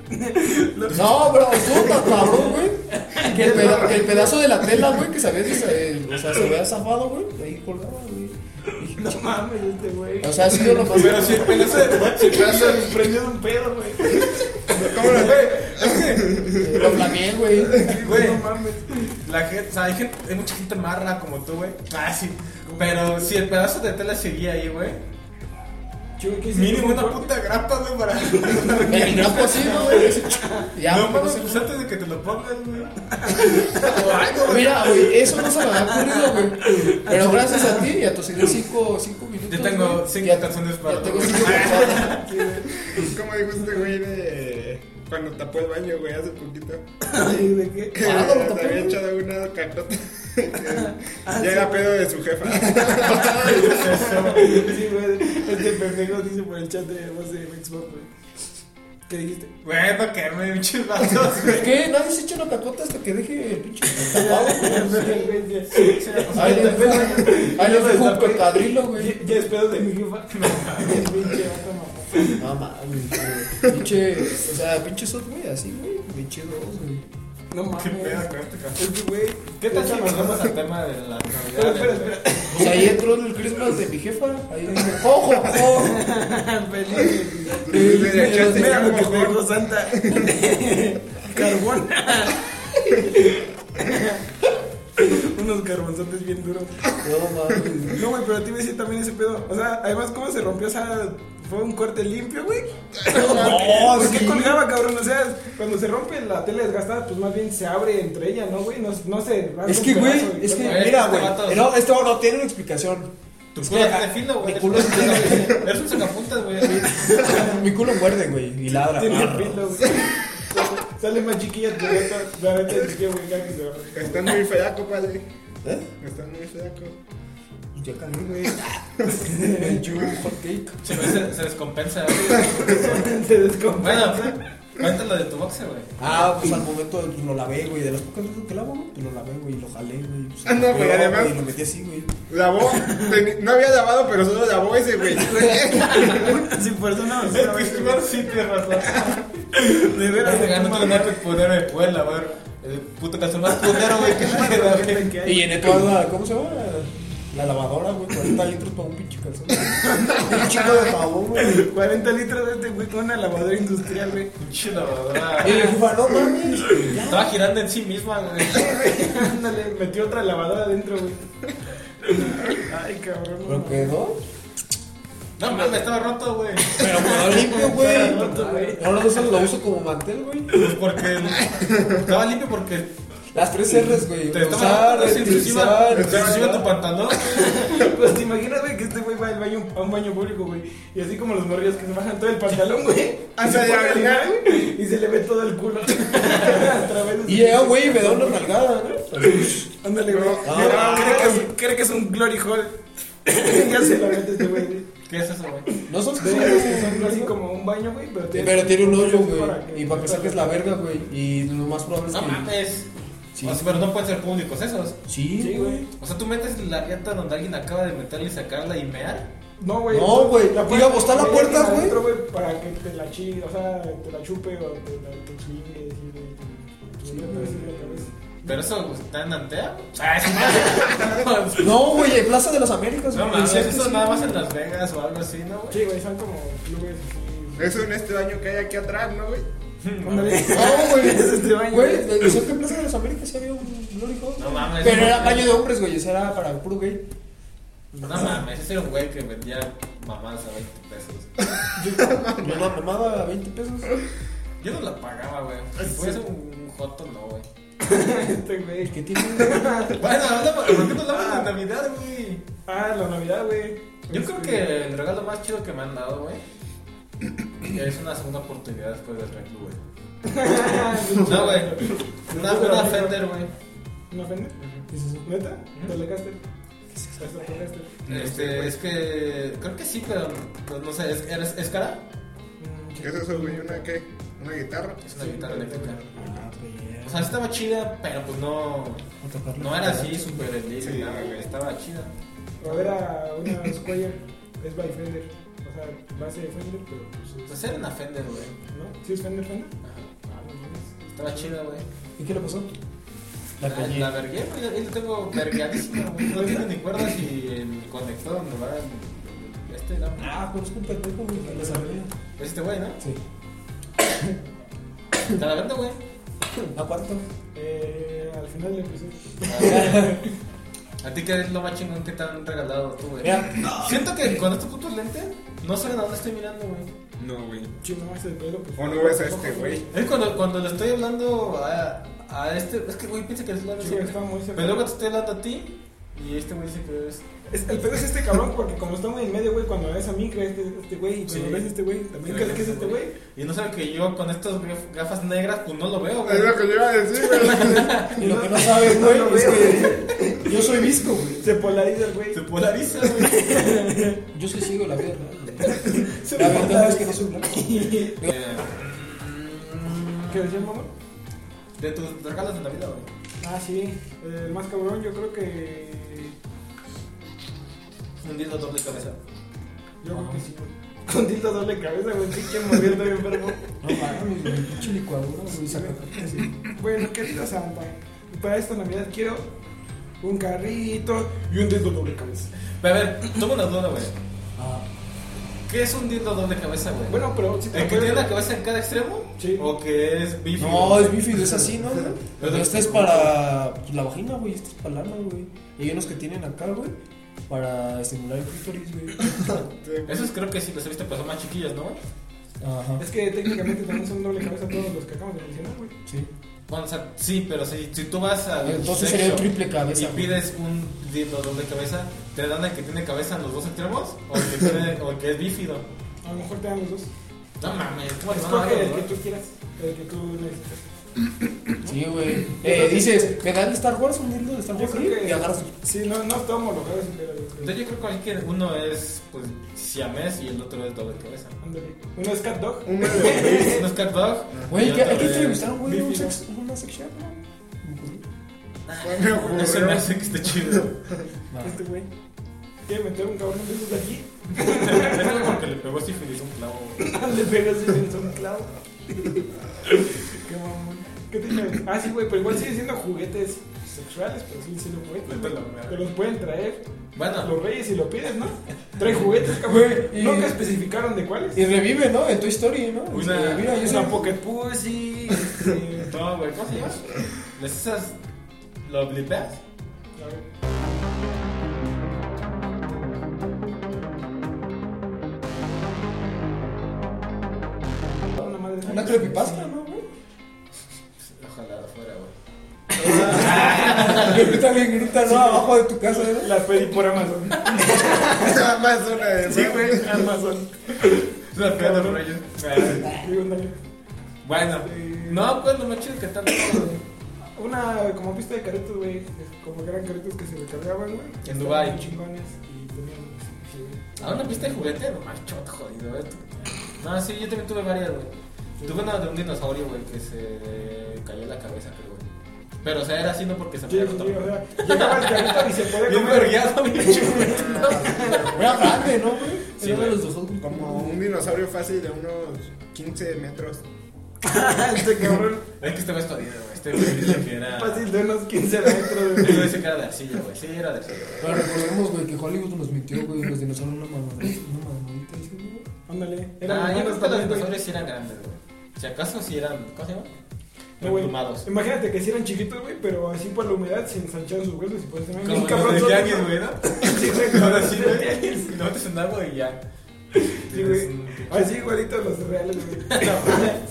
No, pero estuvo tan cabrón, güey. Que el, peda- que el pedazo de la tela, güey, que se había, des- eh, o sea, se había zafado, güey. Ahí colgaba, güey. [laughs] No mames, este güey. O sea, ha sido lo más. Pero si el pedazo de. Si el pedazo de- Prendió de un pedo, güey. ¿Cómo lo Güey, es que. Lo flameé, güey. Güey. No mames. La gente, o sea, hay, gente, hay mucha gente marra como tú, güey. Ah, sí. Pero si el pedazo de tela seguía ahí, güey. Chuy, ¿qué hiciste? Mínimo una puta grapa, güey, para. El grapo así, ¿no, güey? Ese- Ya, no pero mames, ese- pues antes de que te lo pongas, güey. O algo, güey. Mira, güey, eso no se me había ocurrido, güey. Pero gracias a ti y a tus ideas, cinco, cinco minutos. Yo tengo güey, cinco ya- canciones para- Ya tengo cinco canciones. ¿Cómo dijo este güey de cuando tapó el baño, güey, hace poquito? [laughs] Ay, ¿De qué? Que Ah, ¿lo tapó, se había güey? Ah, echado una [laughs] cacota. ya era pedo de su jefa. [laughs] Sí, güey. Este pendejo dice por el chat de voz de Xbox, güey. ¿Qué dijiste? Güey, no queme, pinches vasos, güey. ¿Qué? Nadie se echa una cacota hasta que deje el pinche tapado, güey. Ahí Ay, le- ahí le dejo un cocadrilo, Ya, güey. ya es pedo de mi jefa. No mames, pinche vato, mamá. No mames, güey. Pinche, o sea, pinche sot, güey, así, güey. Pinche dos, güey. [laughs] No mames. Qué pedo con este cabrón. Es que, güey. ¿Qué tal si esa pasamos mamá- al tema de Espera, la Navidad? espera, espera. Pues ahí entró en el Christmas de mi jefa. Ahí dije, ¡ojo, ojo! Feliz. [laughs] Le echaste Mira lo que un me mojón. dijo Santa. [laughs] Carbón. Unos carbonzotes bien duros. No mames. No, güey, pero te iba a decir también ese pedo. O sea, además, ¿cómo se rompió? O sea, fue un corte limpio, güey. [laughs] No, ¿Por qué sí. colgaba, cabrón? O sea, cuando se rompe la tela desgastada, pues más bien se abre entre ella, ¿no, güey? No, no se rasga Es un que, güey, pedazo de es que, cuerda. [laughs] Este mira, vato- güey. No, esto no tiene una explicación. Tu Es culo que- es de filo, güey. Mi culo es de Eres un sacapuntas, güey. [laughs] Mi culo muerde, güey, y ladra. Tiene Ah. pila, güey. [laughs] Sale más chiquilla tu gata. La neta es que, güey, ya que [laughs] se rompe. Están muy feaco, padre. ¿Eh? Están muy feaco. Ya cagué, [laughs] güey. Me echó un hot cake. Se, se, se descompensa, güey. Se descompone. Bueno, pues, cuéntalo de tu boxe, güey. Ah, pues al momento pues, lo lavé, güey. De las pocas veces que lavo, güey, pues lo lavé, güey. y Lo jalé, güey. pues, Ah, no, güey, pero, además- Y lo metí así, güey. Lavó. teni- No había lavado, pero solo lavó ese, [laughs] güey. Sin persona. El Christmas sí tiene razón. De Pero veras, este no gato mames. tenía que poner el poder lavar el puto calzón más culero, güey, que se queda, güey. que Y hay. en toda, ¿cómo se llama? La lavadora, güey, 40 litros para un pinche [laughs] calzón. güey. Un chico de jabón, güey. [laughs] 40 litros de este güey con una lavadora industrial, güey. Pinche lavadora. Y le dijo, "Ah, no mames. Estaba girando en sí misma, güey. Ándale, metió otra lavadora adentro, güey. Ay, cabrón. Pero quedó. No, mames, estaba roto, güey. Pero quedó limpio, güey. Estaba roto, güey. Ahora no solo lo uso como mantel, güey. Pues porque. Estaba limpio porque. Las tres R's, güey. Te Usar, estaba reutilizar, encima tu reutilizar. pantalón. Pues te imaginas, güey, que este güey va al baño, a un baño público, güey. Y así como los morrillos que se bajan todo el pantalón, güey. Ah, y se ya, pone ya. a ligar, güey, Y se le ve todo el culo. [laughs] a través de Y su- llega, güey, y me da una nalgada, ¿no? Ándale, güey. Ah, Creo- creo que es- Creo que es un glory hole. [laughs] Ya se lo mete este güey, güey. ¿Qué es eso, güey? No son Sí, tres, es güey, que son son tres, así güey. como un baño, güey, pero tiene, Pero tiene un hoyo, para que- güey. Y para que saques la verga, güey. Y lo más probable es No que. mames. Sí. Pues O sea, pero no pueden ser públicos esos. Sí, Sí, güey. güey. O sea, tú metes la llanta donde alguien acaba de meterla y sacarla y mear. No, güey. No, güey, la y puerta- luego está la ahí puerta, tiene güey. adentro, Para que te la chi, o sea, te la chupe o te la te chingue, así, güey, te- te- te- te- te- te- Pero eso pues, está en Antea. Ah, es una- No, güey, en Plaza de las Américas, No güey. mames, Decía que eso sí, nada más güey. en Las Vegas o algo así, ¿no, [laughs] güey? Sí, güey, son como clubes así. Eso en este baño que hay aquí atrás, ¿no, güey? [laughs] Ándale. No, [laughs] Es este Oh, güey. baño, Güey, decía que en Plaza de las Américas sí había un glory hole. No mames. Pero era baño de hombres, güey. Ese era para puro gay. No mames, ese era un güey que vendía mamadas a 20 pesos. Yo una mamada a 20 pesos. Yo no la pagaba, güey. Si fuese un joto, no, güey. Este güey. ¿Qué tiene? Bueno, habla- ¿por qué nos hablamos de Navidad, güey? [laughs] Ah, la Navidad, güey. Yo Este, [laughs] creo que el regalo más chido que me han dado, güey, es una segunda oportunidad después del Red Bull, güey. No, güey. Una, una Fender, güey. ¿No ofende? ¿Qué es eso? ¿Neta? ¿Te la cagaste? Te la cagaste. Este, es que. Creo que sí, pero. pues, no sé, ¿es, eres- ¿es cara? Mm, ¿Qué es eso, güey? ¿Una qué? ¿Una guitarra? Es una guitarra eléctrica. Ah, O sea, estaba chida, pero pues no. No era así súper elite, Sí. nada, güey. Estaba chida. O era una Squire, es by Fender. O sea, base de Fender, pero pues Pues es. era una Fender, güey. ¿No? ¿Sí es Fender Fender? Ajá. Ah, no mames. Estaba chida, güey. ¿Y qué le pasó? La, la vergué, güey. Ahí lo tengo vergueadísimo, güey. No tiene ni cuerdas y el conector donde va. el- Este, ¿no? Ah, conozco un pendejo, güey, que la sabía. Es este güey, ¿no? Sí. Te la vendo, güey. ¿A cuánto? Eh, al final le puse. ¿A ti qué es lo más chingón que te han regalado tú, güey? Mira. Siento que con estos putos lentes no sé a dónde estoy mirando, güey. No, güey. Chino, ese pelo. pues. ¿O no ves a este, güey? Es cuando, cuando le estoy hablando a, a este. Es que, güey, piensa que es la Sí, está muy cerca. Pero luego te estoy hablando a ti y este güey dice que es. Es- el pedo es este cabrón porque como está muy en medio, güey, cuando ves a mí crees que es este güey y cuando Sí. ves a este güey también crees que es este güey. Y no sabe que yo con estas gaf- gafas negras, pues no lo veo, güey. Es lo que yo iba a decir, [laughs] güey. Y lo que no sabes, güey, No lo es veo. que yo soy visco, güey. Se polariza el güey. Se polariza, [laughs] güey. Yo soy ciego, la vida. ¿no? Se La verdad es polariza. que no soy blanco. Eh, mm, ¿Qué decías, mamá? de tus regalos de Navidad, güey. Ah, sí. Eh, El más cabrón yo creo que... Un dildo doble cabeza. Yo creo que sí, güey. Con tildo doble cabeza, güey. Pinche moviendo bien verbo. No mames, güey. Pinche licuadora, güey. saca- Bueno, querido Santa, para esta Navidad quiero un carrito y un dedo doble cabeza. Pero a ver, toma una duda, güey. Ah, ¿Qué es un dildo doble cabeza, güey? Bueno, pero si ¿El que tiene la cabeza en cada extremo? Sí. ¿O que es bífido? No, es bífido, es así, ¿no? güey? Pero este es para la vagina, güey. Este es para lana, güey. Y hay unos que tienen acá, güey. Para estimular el clítoris, güey. Esos creo que sí los he visto, pero son más chiquillos, ¿no? Ajá. Es que técnicamente también son doble cabeza todos los que acabamos de mencionar, güey. Sí. Bueno, o sea, sí, pero si, si tú vas a. Entonces sería el triple cabeza. Y güey. pides un dildo doble cabeza, ¿te dan el que tiene cabeza en los dos extremos? ¿O el que, tiene- o el que es bífido? A lo mejor te dan los dos. No mames, ¿cómo le van a dar Escoge los el que dos? tú quieras, el que tú necesites. Sí, güey. Eh, dices, ¿me dan Star Wars? ¿Un dildo de Star Yo Wars? creo Sí, que- Y agarras. Sí, no, no está homologado ese pedo, yo creo. Entonces yo creo que cualquier uno es pues siamés y el otro es doble cabeza. Ándale. Uno es cat dog. Uno de Uno es cat dog. y Güey, ¿qué- otro ¿hay que es- entrevistar, güey? un bífido. sex- ¿Una sexual, no? los me ocurrió. No se me hace que esté chido. [laughs] Este güey. Quiere meter un cabrón de esos de aquí. Es porque le pegó sífilis a un clavo. [laughs] güey. Le pegas y en un clavo. Qué mamón. ¿Qué te dije? Ah, sí, güey, pero igual sigue siendo juguetes sexuales, pero siguen siendo juguetes. Vete a güey. la verga. Te los pueden traer Bueno, los reyes si lo pides, ¿no? Trae juguetes, cabrón. Güey, y- Nunca especificaron de cuáles. Y revive, ¿no? En Toy Story, ¿no? Una- Este, mira, yo Es soy una Pocket Pussy. [laughs] este, no, güey, ¿cómo se llama? ¿Les esas. ¿Lo blipeas? a ver. Una madre. una creepypasta, ¿no, güey? [laughs] Ojalá fuera, güey. Y ahorita alguien grita, ¿no? Abajo de tu casa, ¿no? Las pedí por Amazon. [laughs] Nada más una de Sí, güey, [laughs] Amazon. Los pedos reyes. Digo, ándale. [laughs] Bueno, no, pues lo más chido que tal. Una como pista de caretos, güey. Como que eran caretos que se recargaban, güey. En Dubái. Estaban chingones y tenían. pues, sí, ¿A una pista de juguete? No, machot, jodido, esto. No, sí, yo también tuve varias, güey. Tuve una de un dinosaurio, güey, que se cayó la cabeza, creo, güey. Pero, o sea, era así no porque se Sí, me sí, roto. o sea, llegaba el carrito y se podía Bien comer. vergueado, [laughs] mi juguete. Era grande, ¿no, güey? Sí, Era de güey. los dos adultos. Como un dinosaurio fácil de unos 15 metros. [laughs] Este cabrón, Es que este güey es jodido, güey. Este güey dice que era. fácil de unos 15 metros, Este güey güey. dice que era de arcilla, güey. Sí, era de arcilla, güey. Pero recordemos, güey, que Hollywood nos mintió, güey. Los dinosaurios una mamadita, una mamadita, ¿sí, güey? Ándale, eran Ah, yo humanos creo que los también, güey. dinosaurios sí eran grandes, güey. Si acaso sí eran. ¿Cómo se llama? No, güey. Emplumados. Imagínate que si eran chiquitos, güey, pero así por la humedad se ensancharon sus huesos y pues se ven bien los de cabronzotes, Yankees, ¿no? güey, ¿no? Sí, güey, Ahora sí, sí, güey. No te un agua y ya. Sí, güey. Así igualitos los reales, güey.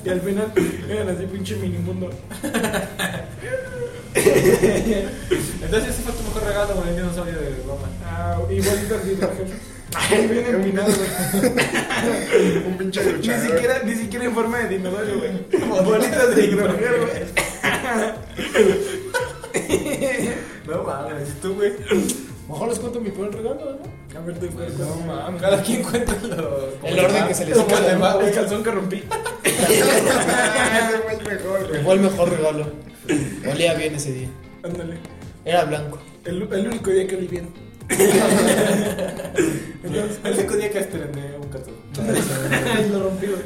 y al final eran así pinche minimundo. Entonces ese fue tu mejor regalo, güey, un dinosaurio de Roma. Ah, igualitos así, güey. Bien empinados, güey. Un pinche Ni luchador. [laughs] siquiera, ni siquiera en forma de dinosaurio, güey. Bolitas de hidrogel, güey. No mames, ¿y tú, güey? Mejor les cuento mi peor regalo, ¿no? A ver, te Pues no mames. Cada quien cuenta lo... El orden que se les ¿Cómo te va, El güey? calzón que rompí. Ah, Ese fue el mejor, güey. Fue el mejor regalo. Olía bien ese día. Ándale. Era blanco. El, el único día que olí bien. Entonces, El único día que estrené un cartón. lo rompí, güey.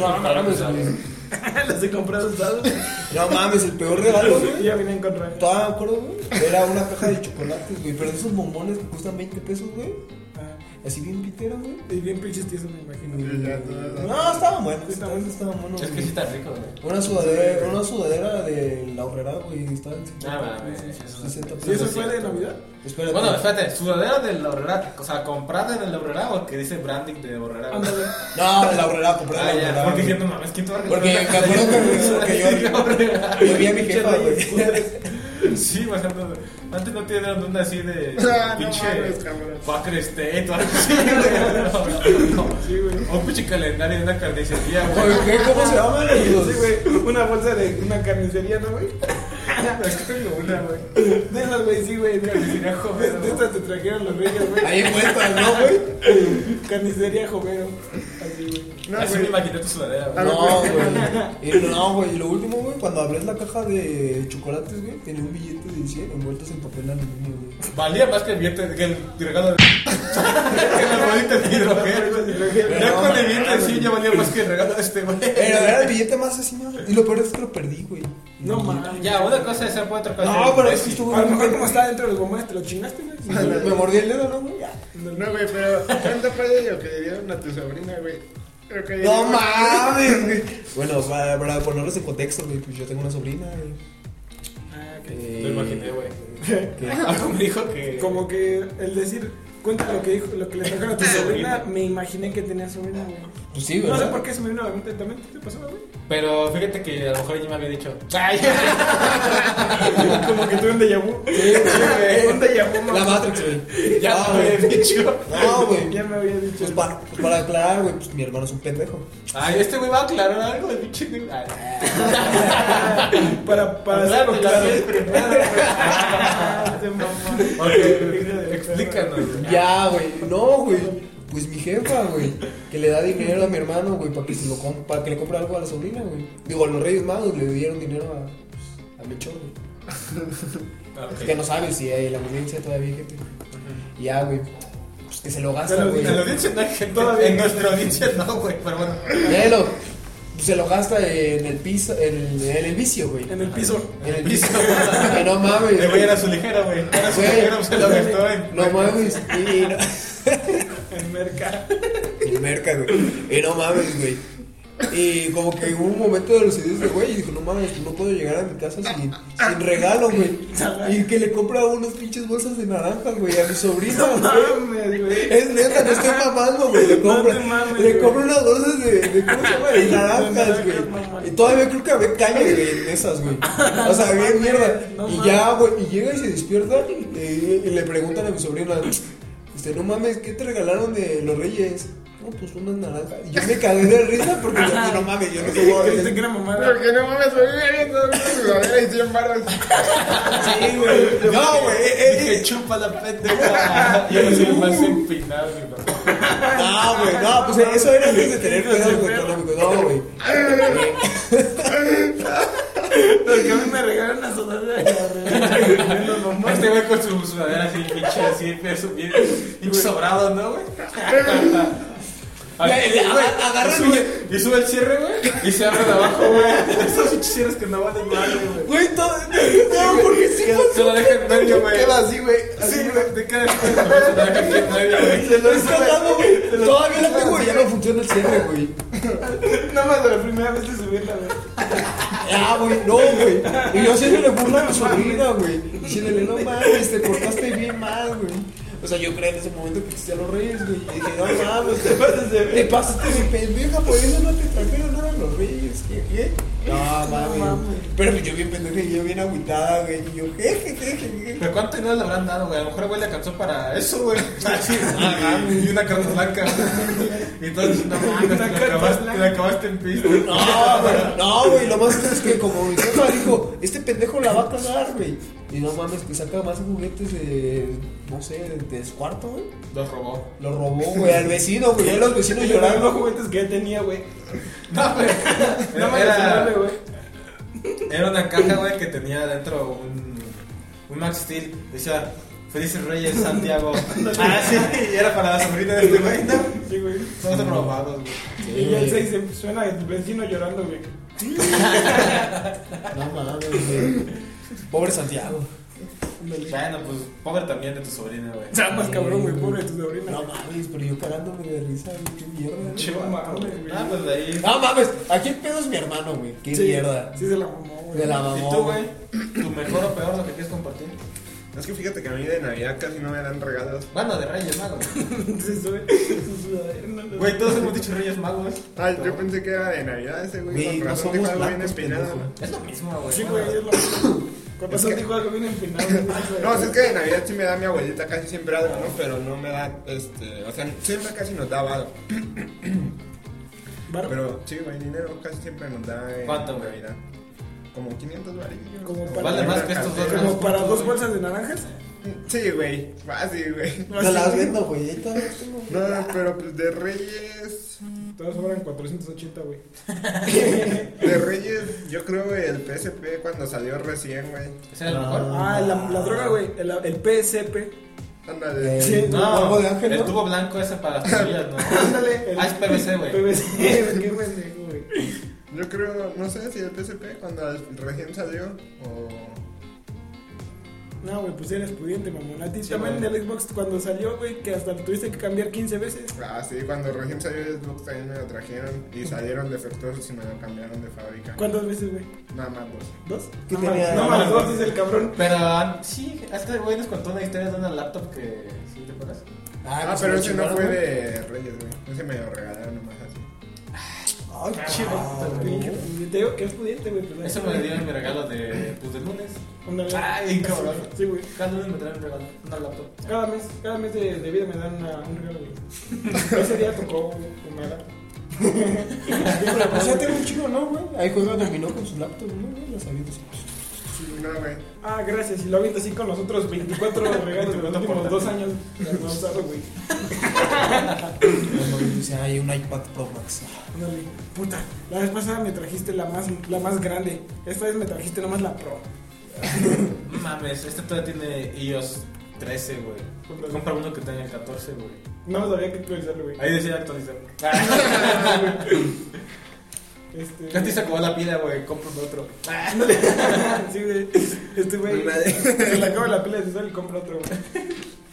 No mames, güey. [laughs] Los he comprado usados. No mames, el peor regalo, güey. Y ya vine a encontrar. Todavía me acuerdo, güey. Era una caja de chocolates, güey. Pero de esos bombones que costan 20 pesos, güey. Ah, Así bien piteros, güey. y bien pinches tiesos, me imagino. Sí, ya, todo. No, estaban buenos. Estaban, estaban buenos. Es que güey. sí está rico, güey. Una sudadera, una sudadera de la horrera, güey. Estaba en No 50 mames, pesos, eso 60 ¿Y eso pesos. fue de Navidad? Espérate. Ah. Bueno, espérate, sudadera de la horrera, o sea, comprada en la horrera o que dice branding de horrera. güey? Ándale. No, de la horrera, compré Ah, la ya, horrera. porque güey. dije, no mames, ¿quién te va a Porque me regalar? acuerdo que- que yo- [laughs] Sí, horrera. Yo vi a mi jefa, güey. Sí, bajando. Antes no tenían onda así de [laughs] Ah, no pinche mames, cabrón. Fucker State o algo así. güey. [laughs] No, no. Sí, güey. O un pinche calendario de una carnicería, güey. Oye, ¿qué? ¿Cómo se llama? Los- Sí, güey. Una bolsa de una carnicería, ¿no, güey? [laughs] Tengo una, güey. De esas, güey, sí, güey. De, Carnicería Jovero. de- de estas te trajeron los reyes, güey. Ahí encuentras, ¿no, güey? Carnicería Jovero. Así, güey. No, Así me güey. imaginé tu sudadera, güey. No, güey. Y no, güey. Y lo último, güey, cuando abrí la caja de chocolates, güey, tenía un billete de 100 envueltos en papel aluminio, güey. Valía más que el billete, que el regalo de. [laughs] que la bolita de hidrogel. Ya con el billete así ya valía más que el regalo de este, güey. Pero era el billete más asesinado. Y lo peor es que lo perdí, güey. No mames. Ya, una cosa es ser otra cosa. No, pero es que estuvo. A lo mejor como estaba dentro de los gomones, te lo chingaste, güey. [laughs] Me mordí el dedo, ¿no, güey? No, güey, pero ¿cuánto fue de lo que le dieron a tu sobrina, güey? Lo que le No dieron- mames, güey. Bueno, para, para ponerlos en contexto, güey, pues yo tengo una sobrina. güey. Ah, ok. Eh, Lo imaginé, güey. que- Algo me dijo que. Como que el decir, cuenta lo que dijo, lo que le trajeron a [laughs] tu sobrina, me imaginé que tenía sobrina, güey. Pues sí, güey. No sé por qué se me vino a la mente también. ¿Qué te pasó, [laughs] güey? Pero fíjate que a lo mejor ya me había dicho. [laughs] Como que tuve un déjà vu. [laughs] un déjà vu, La mamá. Matrix, güey. ya No, me había güey. dicho. No, güey. Ya me había dicho. Pues para, pues para aclarar, güey, pues mi hermano es un pendejo. Ay, este güey va a aclarar algo de pinche. negro. Ay. para para hacerlo Hablártela claro. siempre. [laughs] Ah, este mamón. [laughs] Ok, explícanos. Ya, güey. No, güey. Pues mi jefa, güey. Que le da dinero a mi hermano, güey, para que, se lo com- para que le compre algo a la sobrina, güey. Digo, a los Reyes Magos le dieron dinero a, pues, a mi chon, güey. Ah, Ok. Que no sabes si hay la audiencia todavía, gente. Ya, güey. Pues que se lo gasta, Pero, güey. En la audiencia no hay gente. Todavía En no. nuestra audiencia no, güey, pero bueno. Velo. se lo gasta en el piso, en el, en el vicio, güey. En el piso. En el piso. [laughs] Que no [laughs] mames. Le voy a ir a su ligera, güey. Era su Güey. ligera, se lo gastó en. No mames. Y no, En [laughs] mercado. en merca, güey. Y no mames, güey. Y como que hubo un momento de lucidez de güey y dijo, no mames, no puedo llegar a mi casa sin, sin regalo, güey. Y que le compra unos pinches bolsas de naranjas, güey, a mi sobrino. Mames, güey. Es neta, no estoy mamando, güey. Le No compro, te mames, le güey. compro unas bolsas de, de ¿cómo se llama? [laughs] De naranjas, güey. Y todavía creo que había caña, güey, en esas, güey. O sea, bien mierda. no Y ya, güey, y llega y se despierta eh, y, le preguntan a mi sobrina, usted no mames, ¿qué te regalaron de los reyes? No, pues unas naranjas. Y yo me cagué de risa porque yo, no mames, yo no sé cómo Creíste que era mamada. Porque no mames, voy viendo sudadera y 100 barras. Sí, güey. No, güey, eh, eh, Dije, chupa la pendeja. [laughs] Yo no soy el más empinado, mi papá. No, güey, no, pues eso era antes de tener pedos económicos. No, güey. Porque a mí me regalaron una sudadera. Me lo mamó. Este güey con su sudadera así, pinche, así, peso, bien, bien sobrado, ¿no, [laughs] güey? Le- le- Güey, agarra y sube, y sube el cierre, güey, y se abre de abajo, güey. Esos pinches cierres que no valen madre, güey. Güey, todo. No, porque sí, Se lo deja en medio, güey. Queda así, güey. Así, Sí, güey. güey, te quedas güey, se lo deja aquí en medio, güey. Se lo he cagado, güey. Todavía la tengo y ya no funciona el cierre, güey. Nada más de la primera vez de subirla, güey. Ah, güey, no, güey. Y yo siempre le burla a mi sobrina, güey. Diciéndole, no mames, te portaste bien mal, güey. O sea, yo creí en ese momento que te los reyes, güey. Y dije, no mames, [laughs] te pasas de, te pasaste de pendeja, por eso no te trajeron nada los reyes. ¿Qué? qué? No, mames. Pero pues, yo bien pendeja y yo bien agüitada, güey. Y yo, jeje, jeje, jeje. ¿Pero cuánto dinero le habrán dado, güey? A lo mejor, güey, le alcanzó para eso, güey. Así, y una carta blanca. Y entonces, no mames, Una te la carta acabaste, te blanca. la acabaste en pista. No, güey, no, güey, lo más triste es que como mi jefa dijo, este pendejo la va a cagar, güey. Y no mames, que saca más juguetes de, no sé, de su cuarto, güey. Los robó. Lo robó, güey, al vecino, güey, a los vecinos Yo eran los llorando. juguetes que ya tenía, [laughs] güey. No, güey. Nada más de Era, subirla, güey. era una caja, güey, que tenía adentro un, un Max Steel. Decía, Felices Reyes, Santiago. ah, sí, y era para la sobrina de este güey, ¿no? Sí, güey. Todos robados, güey. Y el 6 se "Pues, suena el vecino llorando, güey. No mames, güey. Pobre Santiago. Bueno, pues, pobre también de tu sobrina, güey. O sea, Ah, más cabrón, güey, pobre tu sobrina. No mames, pero yo cagándome de risa, güey, qué mierda. güey. No mames, güey. Ah, pues de ahí. No mames, aquí el pedo es mi hermano, güey. Qué Sí, mierda. Sí, se la mamó, güey. [laughs] De la ¿Y tú, mamó. güey? ¿Tu mejor o peor lo que quieres compartir? Es que fíjate que a mí de Navidad casi no me dan regalos. Bueno, de Reyes Magos. Se sube su sudadera. no, no. Güey, todos hemos dicho Reyes Magos. Ay, Ah, yo pensé que era de Navidad ese güey. Güey, con no razón somos dijo algo bien blancos, espinado. pendejo. Es lo mismo, güey. Sí, güey, es lo Con razón que- dijo algo bien empinado. güey. No, si es que de Navidad sí me da mi abuelita casi siempre algo, ¿no? Pero no me da, este, o sea, siempre casi nos daba algo. Barba. Pero sí, güey, dinero casi siempre nos da en ¿Cuánto, güey? Navidad. Como 500 varillos. Como para- Vale más que estos dos. Como para dos bolsas de naranjas. Sí, güey, fácil, güey. No las vendo, güey. ahí todavía las tengo. No, no, pero pues de Reyes. Todos sobran 480, güey. De Reyes, yo creo, güey, el PSP cuando salió recién, güey. ¿Ese era el mejor? Ah, la, la droga, güey. El, el PSP. Ándale. Sí. El Eh, No, tubo de ángel, el ¿no? tubo blanco ese para las teorías, ¿no? Ándale. el- Ah, es PVC, güey. PVC, qué pendejo, güey. Yo creo, no sé si el PSP cuando recién salió o. No, güey, pues eres pudiente, mamón. A ti Sí, también güey. el Xbox cuando salió, güey, que hasta lo tuviste que cambiar 15 veces. Ah, sí, cuando recién salió el Xbox también me lo trajeron y salieron defectuosos y me lo cambiaron de fábrica. ¿Cuántas veces, güey? Nada más dos. ¿Dos? ¿Qué no, tenía? más- no, No, más no, dos, no. dice el cabrón. Pero ah, sí, este güey nos contó una historia de una laptop que. ¿Sí te acuerdas? Ah, que se pero pues ese lo no chingaron, fue güey. de Reyes, güey. Ese me lo regalaron nomás así. Ay, Ah. [laughs] chido. Pinche pudiente. Te digo que es pudiente, güey. pues, Eso me [laughs] lo dieron en mi regalo de. Pues del lunes. Ándale. Ay, cabrón. Sí, güey. Cada lunes me traen un regalo, una laptop. Cada mes, cada mes de, de vida me dan una- un regalo, güey. [laughs] Ese día tocó [laughs] fumada. O sea, tengo pues, un chico, ¿no, güey? Ahí juega dominó con su laptop, ¿no, güey? Las avientas. Sí, no, güey. Ah, gracias. Y lo aviento así con los otros 24 regalos de los últimos dos años. Ya No usado, güey. No, no, dice, hay un iPad Pro Max. Ándale. Puta, la vez pasada me trajiste la más, la más grande. Esta vez me trajiste nomás la pro. No Mames, este todavía tiene iOS 13, güey. Compra uno que tenga el 14, güey. No sabía que actualizarlo, güey. Ahí decía actualizar. Ah, no, no, no, no, güey. Este, Ya [laughs] te hice acabó la pila, güey, compro otro. sí, güey. Este güey. Se le acaba la pila de su sol y compra otro, güey.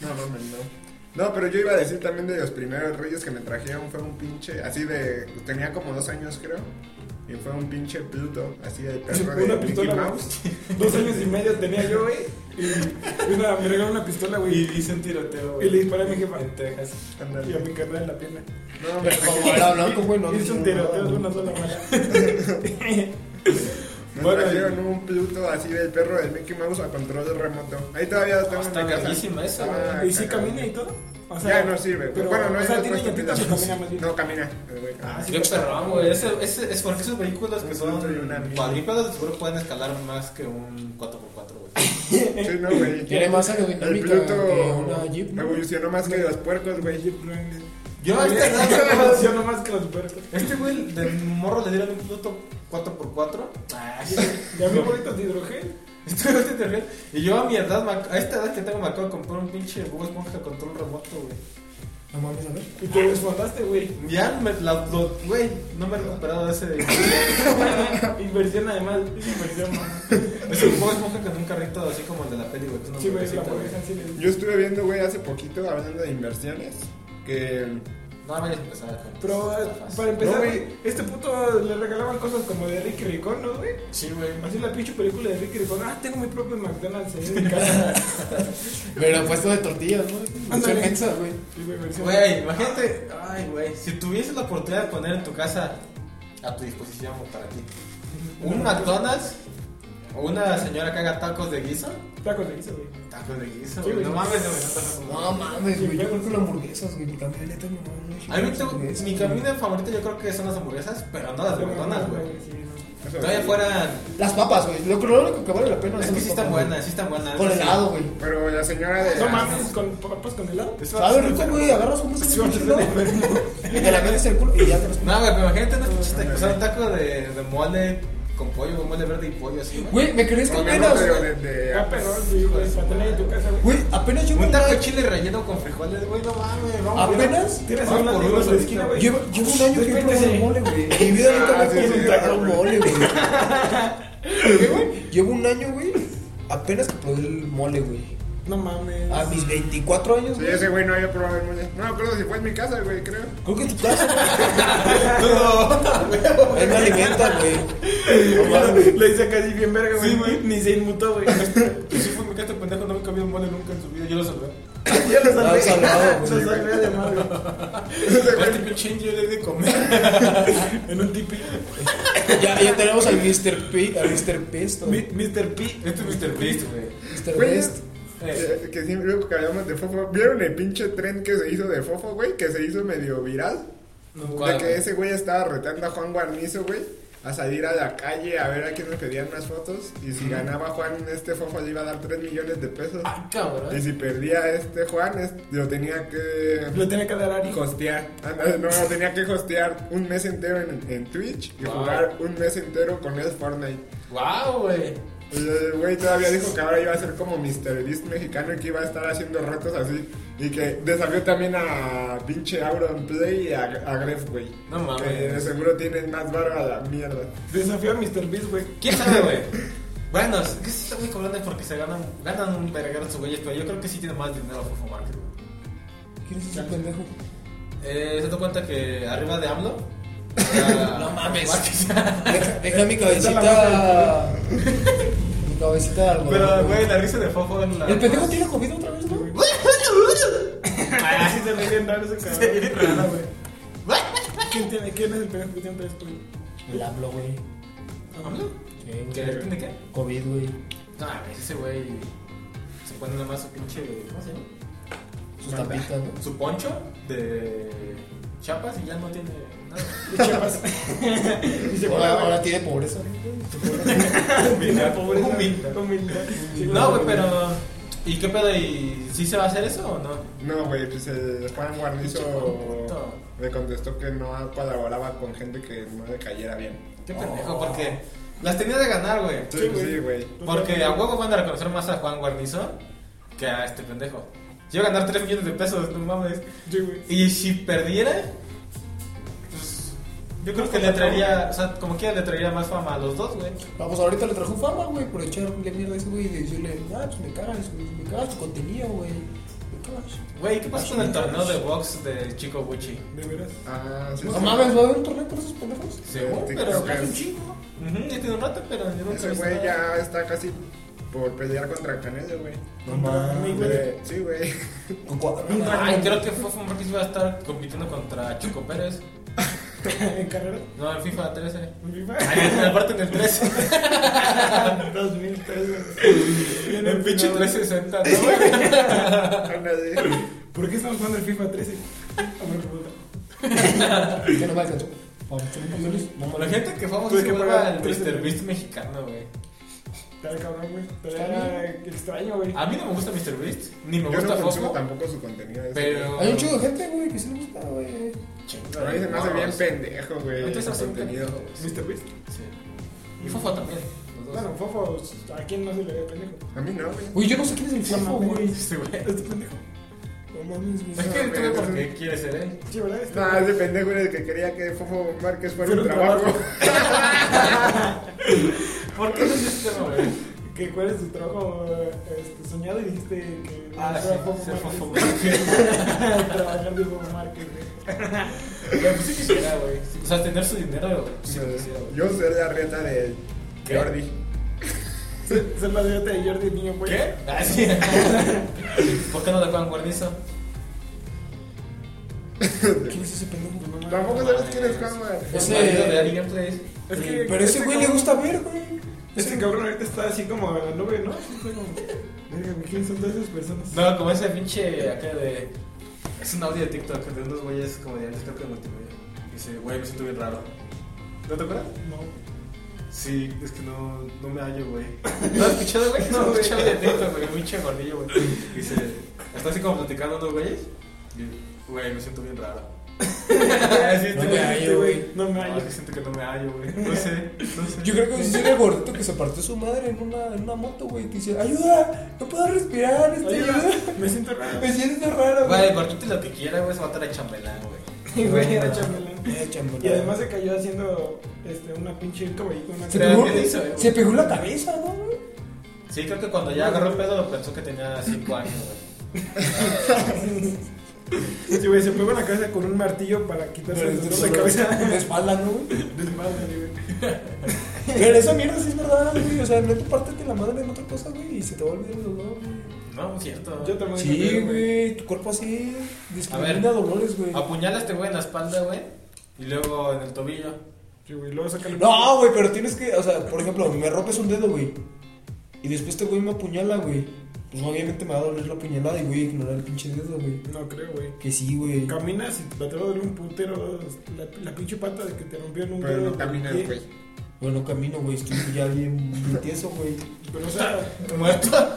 No, mames, no. No, pero yo iba a decir también de los primeros reyes que me trajeron fue un pinche, así de, tenía como dos años creo, y fue un pinche Pluto, así de perro de [laughs] Una Mickey pistola, güey. Mouse. Dos años y medio tenía yo, güey. Y una, me regaló una pistola, Y güey. hice un tiroteo, Y le güey. disparé a mi jefa. En Texas. Y Ándale. a mi carnal en la pierna. [laughs] No, me Pero como era blanco, güey, no. Hice un tiroteo de una sola bala. Me Bueno, trajeron un Pluto así del perro de Mickey Mouse a control remoto. Ahí todavía lo tengo Está en mi casa. carísima esa, [laughs] Ah, ¿Y si cagado. camina y todo? O ya no sirve. pero- bueno, no o es sea, más tiene llantitas o práctico. [laughs] camina más bien. No, camina. el güey. Ah, sí. Qué perrón, güey. Ese, ese, es porque esos vehículos que Un son Pluto y una mini. cuadrípedos seguro pueden escalar más que un 4x4, güey. Sí, [laughs] no, güey. Tiene más El aerodinámica que una Pluto Jeep. ¿no? evolucionó más que los puercos, güey. Yo a [laughs] este [laughs] rato- Yo nomás que los puercos. Este güey de morro le dieron un Pluto 4x4. Ah, sí. Y a mí bolitas de hidrogel. Este güey te ríes. Y yo a mi edad, me ac- a esta edad que tengo, me acabo de comprar un pinche Bob Esponja control remoto, güey. No mames, a ver. Y te desmontaste, güey. [laughs] Ya, me, la, lo- güey, no me he recuperado de ese. Inversión además. Es inversión, mamá. Es un Bob Esponja con un carrito así como el de la peli, güey. que es una Sí, güey, la hamburguesita, güey. hamburguesa sí le- Yo estuve viendo, güey, hace poquito, hablando de inversiones, que... No vayas a empezar con Pero esas ah, estafas. para empezar, No, güey, güey. este puto le regalaban cosas como de Ricky Ricón, ¿no, güey? Sí, güey. Así la pinche película de Ricky Ricón. Ah, tengo mi propio McDonald's ahí en mi casa. [laughs] Pero puesto de tortillas, ¿no? Se Ándale. piensa, güey. Sí, güey, versión. Güey, [laughs] imagínate. Ay, güey. Si tuvieses la oportunidad de poner en tu casa a tu disposición o para ti un McDonald's o una señora que haga tacos de guiso. Tacos de guiso, güey. Tacos de guiso, Sí, güey. güey. No mames, no me estás No mames, güey. Yo creo que las hamburguesas, güey. Mi camino, neta, mi mamá. A mí tengo- mi comida favorita yo creo que son las hamburguesas, pero no las de McDonald's, güey. Sí, no. eso, Todavía fueran. Las papas, güey. Lo lo único que vale la pena Es son que las sí están papas, buenas, sí están buenas. güey. Con Sí. helado, güey. Pero la señora de... No las- mames, con papas con helado. Eso va a Sabe ser rico, bueno. güey. Agarras un Sí, beso va de a chilo, ser Y te la metes en el culo y ya te los No, güey, pero imagínate unos pinches tacos, o sea, un taco de, de mole con pollo, güey, mole verde y pollo así, güey. Güey, me crees que No, no, apenas. pero de, de- Está perrón, güey, güey, para tener en tu casa, güey. Güey, apenas yo Un taco de año. chile relleno con frijoles, güey, no mames, vamos. Apenas. Tienes Ah, un por látigo en unos la ahorita, esquina, güey. güey. Llevo, llevo un año que he probado Despéntese. el mole, güey. En mi vida nunca Ah, me sí, he sí, un sí, taco güey. mole, güey. ¿Qué, güey? Llevo un año, güey. Apenas que probé el mole, güey. No mames. A mis 24 años, Sí, güey. ese güey no había probado el mole. No me acuerdo si fue en mi casa, güey, creo. Creo que en tu casa, [laughs] güey. Ahí me alimenta, güey. No mames, [laughs] güey. Le hice acá así bien verga, güey. Sí, güey. Ni se inmutó, güey. Sí, fue mi este pendejo, no me comido mole nunca en su vida, yo lo salvé. Ya lo salvé. salvado, güey. Lo salvé de madre. A este pinche yo le di de comer. [laughs] En un tipi. Ya, ya tenemos al Mr. P, al Mr. Pesto. Mi- Mr. P. Este es Mr. Beast, güey. Mr. Güey, Best. Eh. que, que siempre lo que hablamos de fofo. ¿Vieron el pinche tren que se hizo de fofo, güey? Que se hizo medio viral. de ¿Cuál, que güey? ese güey estaba retando a Juan Guarnizo, güey, a salir a la calle a ver a quién le pedían más fotos. Y si ganaba Juan, este fofo le iba a dar 3 millones de pesos. Ah, cabrón. Y si perdía este Juan, es- lo tenía que Lo tenía que dar a Ari. hostear. Ándale, No, tenía que hostear un mes entero en, en Twitch y Wow. jugar un mes entero con el Fortnite. Wow, güey. Y el güey todavía dijo que ahora iba a ser como Mr. Beast mexicano y que iba a estar haciendo retos así. Y que desafió también a pinche Auron Play y a, a Gref, güey. No mames. Que de seguro tienen más barba a la mierda. Desafío a Mr. Beast, güey. ¿Quién sabe, güey? Bueno, es que se está muy cobrando porque se ganan, ganan un verguero sus güeyes, pero yo creo que sí tiene más dinero Fofo Market, güey. ¿Quién es ese pendejo? Eh, ¿Se da cuenta que arriba de [laughs] AMLO? era- No mames. Márquez. Deja, deja mi cabecita. [laughs] mi cabecita de algodón. Pero, güey. güey, la risa de Fofo en la. El pendejo tiene COVID otra vez, güey. [laughs] Ah, sí se ve bien raro ese Se ve bien raro, cabrón. güey. ¿Quién tiene? ¿Quién es el pendejo que tiene tres güey? El hablo, güey. ¿AMLO? Sí, güey. ¿Qué? ¿Tiene qué? COVID, güey. No, a ver, ese güey se pone nada más su pinche. ¿Cómo se llama? Sus tapitas, ¿no? Su poncho de chapas y ya no tiene nada. [laughs] Y chapas. [laughs] Y se Ahora, pone- ahora tiene pobreza. Humildad, pobre. Humildad. Humildad. Sí, No, güey, pero. ¿Y qué pedo? ¿Y si se va a hacer eso o no? No, güey, pues el Juan Guarnizo Puto. le contestó que no colaboraba con gente que no le cayera bien. Qué pendejo, porque las tenía de ganar, güey. Sí, Sí, pues güey. sí, güey. Porque a huevo van a reconocer más a Juan Guarnizo que a este pendejo. Yo iba a ganar 3 millones de pesos, no mames. Sí, güey. Y si perdiera, pues Yo creo que le traería, o sea, como quiera le traería más fama a los dos, güey. Vamos, pues ahorita le trajo fama, güey, por echarle mierda a ese güey y decirle, ah, pues me cagas, güey, me cagas tu contenido, güey. Me cagas. Güey, ¿qué pasó con el torneo de box del chico Gucci? De veras. [laughs] Ah, sí, No sí. mames, ¿va a haber un torneo por esos pendejos? Según, Sí, pero creo que hace un es- chingo. Ujú, ya tiene un rato, pero yo nunca he Ese visto güey nada. ya está casi por pelear contra Canelo, güey. No mames. Güey, Sí, güey. [laughs] Con cuatro. no Ay, mames. creo que fue porque iba a estar compitiendo contra Chico Pérez. en carrera. No, en FIFA 13. En FIFA. [laughs] Ay, aparte en el 13. 2003, güey. En el pinche 360, ¿no, güey? Ándale. ¿Por qué estamos jugando el FIFA 13? A ver, puta. Ya no me alcanzó. Vamos, son papeles. No Como la gente que famosa Tuve se que vuelva pagar el tres Mr. euros. Beast mexicano, güey. Está cabrón, güey. Está extraño, güey. A mí no me gusta Mr. Beast, ni me Yo gusta no consumo Fofo, tampoco su contenido. ese, pero... Hay un chingo de gente, güey, que sí le gusta, güey. güey. A mí se me hace bien pendejo, güey. Entonces Su hace un contenido. pendejo, güey. ¿Viste, Beast? Sí. Y Fofo también. los dos. Bueno, Fofo, ¿a quién no se le ve pendejo? [laughs] A mí no, güey. Güey, yo no sé quién es el No fofo, mames, [laughs] güey. Sí, güey. Este pendejo. No mames, güey. Es que tú ve por qué quiere ser él. Sí, ¿verdad? Este No, ese pendejo era el que quería que Fofo Márquez fuera Fuera un un trabajo. [laughs] ¿Por qué no es este tema, güey? que cuál es tu trabajo este, soñado y dijiste que Ah, sí, era Fofo ser Márquez. [laughs] Fofo Márquez. [laughs] trabajar de Fofo Márquez, güey. Güey, pues sí quisiera, güey. O sea, tener su dinero, güey. Sí, No, quisiera, güey. Yo soy la reta de ¿Qué? Jordi. Ser- Ser la dieta de Jordi Niño, güey. ¿Qué? Ah, sí. [laughs] ¿Por qué no te pagan guarnizo? ¿Quién es ese pendejo? Tampoco sabes quién es Juanma. Es Ese- el marido de Ari Gameplays. Es que este Pero ese güey le cabrón- gusta ver, güey. Ese cabrón ahorita está así como a la nube, ¿no? Así como, Verga, güey, ¿quién son todas esas personas? No, como ese pinche acá de. Es un audio de TikTok de unos güeyes comediantes, creo que de multimedia. Dice, güey, me siento bien raro. ¿No te acuerdas? No. Sí, es que no, no me hallo, güey. [laughs] ¿No has escuchado, [laughs] güey? No, No, no güey. he escuchado de TikTok, güey. Pinche gordillo, güey. Dice, está así como platicando unos güeyes. y, Güey, me siento bien [laughs] raro. Así No este me güey, hallo, este güey. No me No, hallo. es que siento que no me hallo, güey. No sé, no sé. Yo creo que ese es el gordito que se partió su madre en una, en una moto, güey. Que dice, ayuda, no puedo respirar, este, Ayuda, ayuda. me siento raro. [laughs] Me siento raro, Güey, güey. gordito lo que quiera, güey, se va a traer a chambelán, güey. Güey, [laughs] era chambelán. Era chambelán. Y además se cayó haciendo este, una pinche caballito, una se Pero pegó, ¿qué ¿eh? hizo, güey? se pegó en la cabeza, ¿no, güey? Sí, creo que cuando ya agarró el pedo pensó que tenía 5 años, güey. Sí, güey, se pegó en la cabeza con un martillo para quitarse el dolor de cabeza. [laughs] De espalda, ¿no, güey? Desmadre, güey. Pero esa mierda sí es verdad, güey. O sea, no te partes de la madre en otra cosa, güey. Y se te va a olvidar el dolor, güey. No, es cierto. Yo también. me Sí, pego, güey. Tu cuerpo A así ver. discrimina dolores, güey. Apuñala a este güey en la espalda, güey. Y luego en el tobillo. Sí, güey, luego sácale. No, güey, pero tienes que, o sea, por ejemplo, me rompes un dedo, güey. Y después este güey me apuñala, güey. Pues obviamente me va a doler la puñalada y voy a ignorar el pinche dedo, güey. No creo, güey. Que sí, güey. Caminas y te va a doler un putero la, la pinche pata de que te rompió en un Pero dedo no del caminas, pie. güey. Bueno, camino, güey, estoy ya bien bien tieso, güey. Pero, o [laughs] sea, Muerto.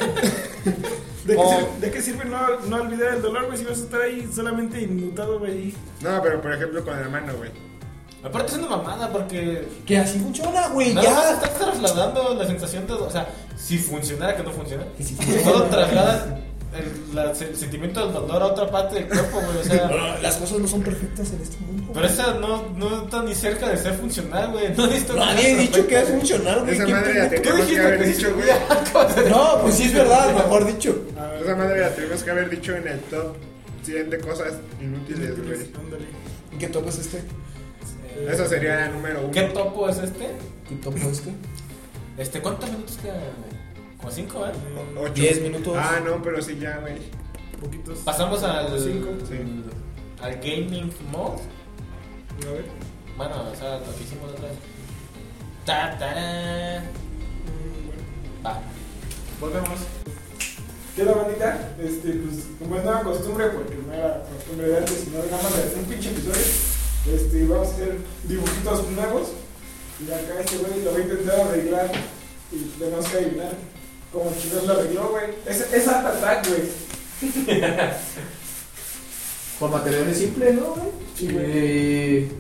¿de, Oh. qué sirve, de qué sirve no, no olvidar el dolor, güey? Si vas a estar ahí solamente inmutado, güey. No, pero por ejemplo con la mano, güey. Aparte es una mamada porque. Que así funciona, güey, Nada más ya. estás trasladando la sensación de. O sea, si funcionara que no funciona. Que sí Solo funciona. trasladas el, la- el sentimiento del dolor a otra parte del cuerpo, güey. O sea. No, Las cosas no son perfectas en este mundo. Pero esa no, no está ni cerca de ser funcional, güey. No he visto Nadie ha nada dicho que va a respecto, güey. funcionar, güey. Esa ¿Quién madre la pendejo? teníamos que dijiste haber que sí dicho, güey. No, pues sí es verdad, mejor dicho. Esa madre la teníamos que haber dicho en el top 100 de cosas inútiles, güey. Ándale. ¿Y qué topo es este? Eh, Esa sería la número uno. ¿Qué topo es este? ¿Qué topo es este? Este, ¿cuántos minutos quedan? güey? Como cinco, ¿eh? O- ocho. 10 minutos. Ah, no, pero sí ya, güey. Poquitos. Pasamos al, Cinco. Sí. al gaming mode. A ver. Bueno, o sea, lo que hicimos otra vez. Ta, tarán. Mm, bueno. Va. Volvemos. ¿Qué la bandita? Este, pues, como es nueva costumbre, porque no era costumbre de antes, sino nada más de hacer un pinche episodio, este, vamos a hacer dibujitos nuevos. Y acá este güey lo va a intentar arreglar y tenemos que adivinar cómo chicos lo arregló, güey. Es, es Art Attack, güey. Con materiales simples, ¿no, güey? Sí, güey. Eh,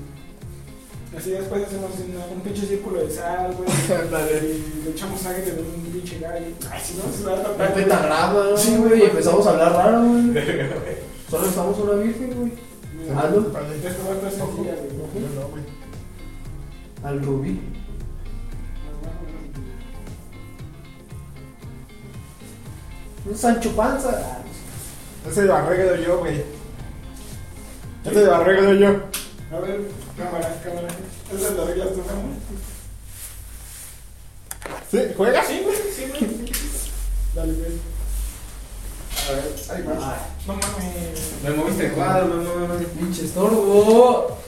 Así después hacemos una- un pinche círculo de sal, güey. Eh, [laughs] y le echamos sangre de un pinche gallo. Ay, si no, es Art Un Attack. güey. pentagrama, Sí, güey. güey. Y empezamos a hablar raro, [laughs] güey. Solo estamos una virgen, güey. Mira, Ah, Hazlo. Este va a estar sencilla, güey. No, güey. Al rubí. Un Sancho Panza. Ese lo arreglo yo, güey. Ese lo arreglo yo. A ver, cámara, cámara. Esa es la regla tú, cámara. ¿Sí? ¿Juegas? Sí, güey, sí, güey. Dale, güey. A ver, ay, más. Ay, No mames. Me moviste el cuadro, mamá. pinche estorbo.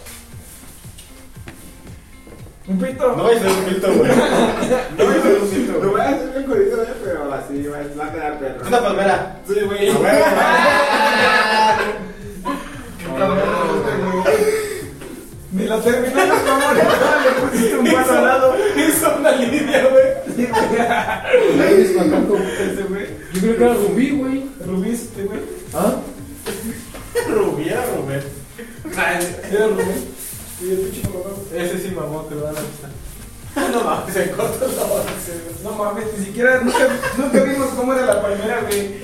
Un pito. No es un pito, [laughs] güey. No, yo soy un pito, Lo güey. voy a hacer bien curioso, eh, pero así va va a quedar perro. Una palmera. Sí, güey. A ver, Ni la terminó la cámara. Le pusiste un palo al lado. Hizo una línea, güey. Sí, güey. Ese, güey. Yo creo que era rubí, güey. Rubí, este, güey. ¿Ah? Rubiera, Robert. Era Rubí. Y el pinche no lo veo. Ese sí, mamá, te lo van a avisar. [laughs] No mames, se corta la hora. No mames, ni siquiera nunca, nunca vimos cómo era la palmera, güey.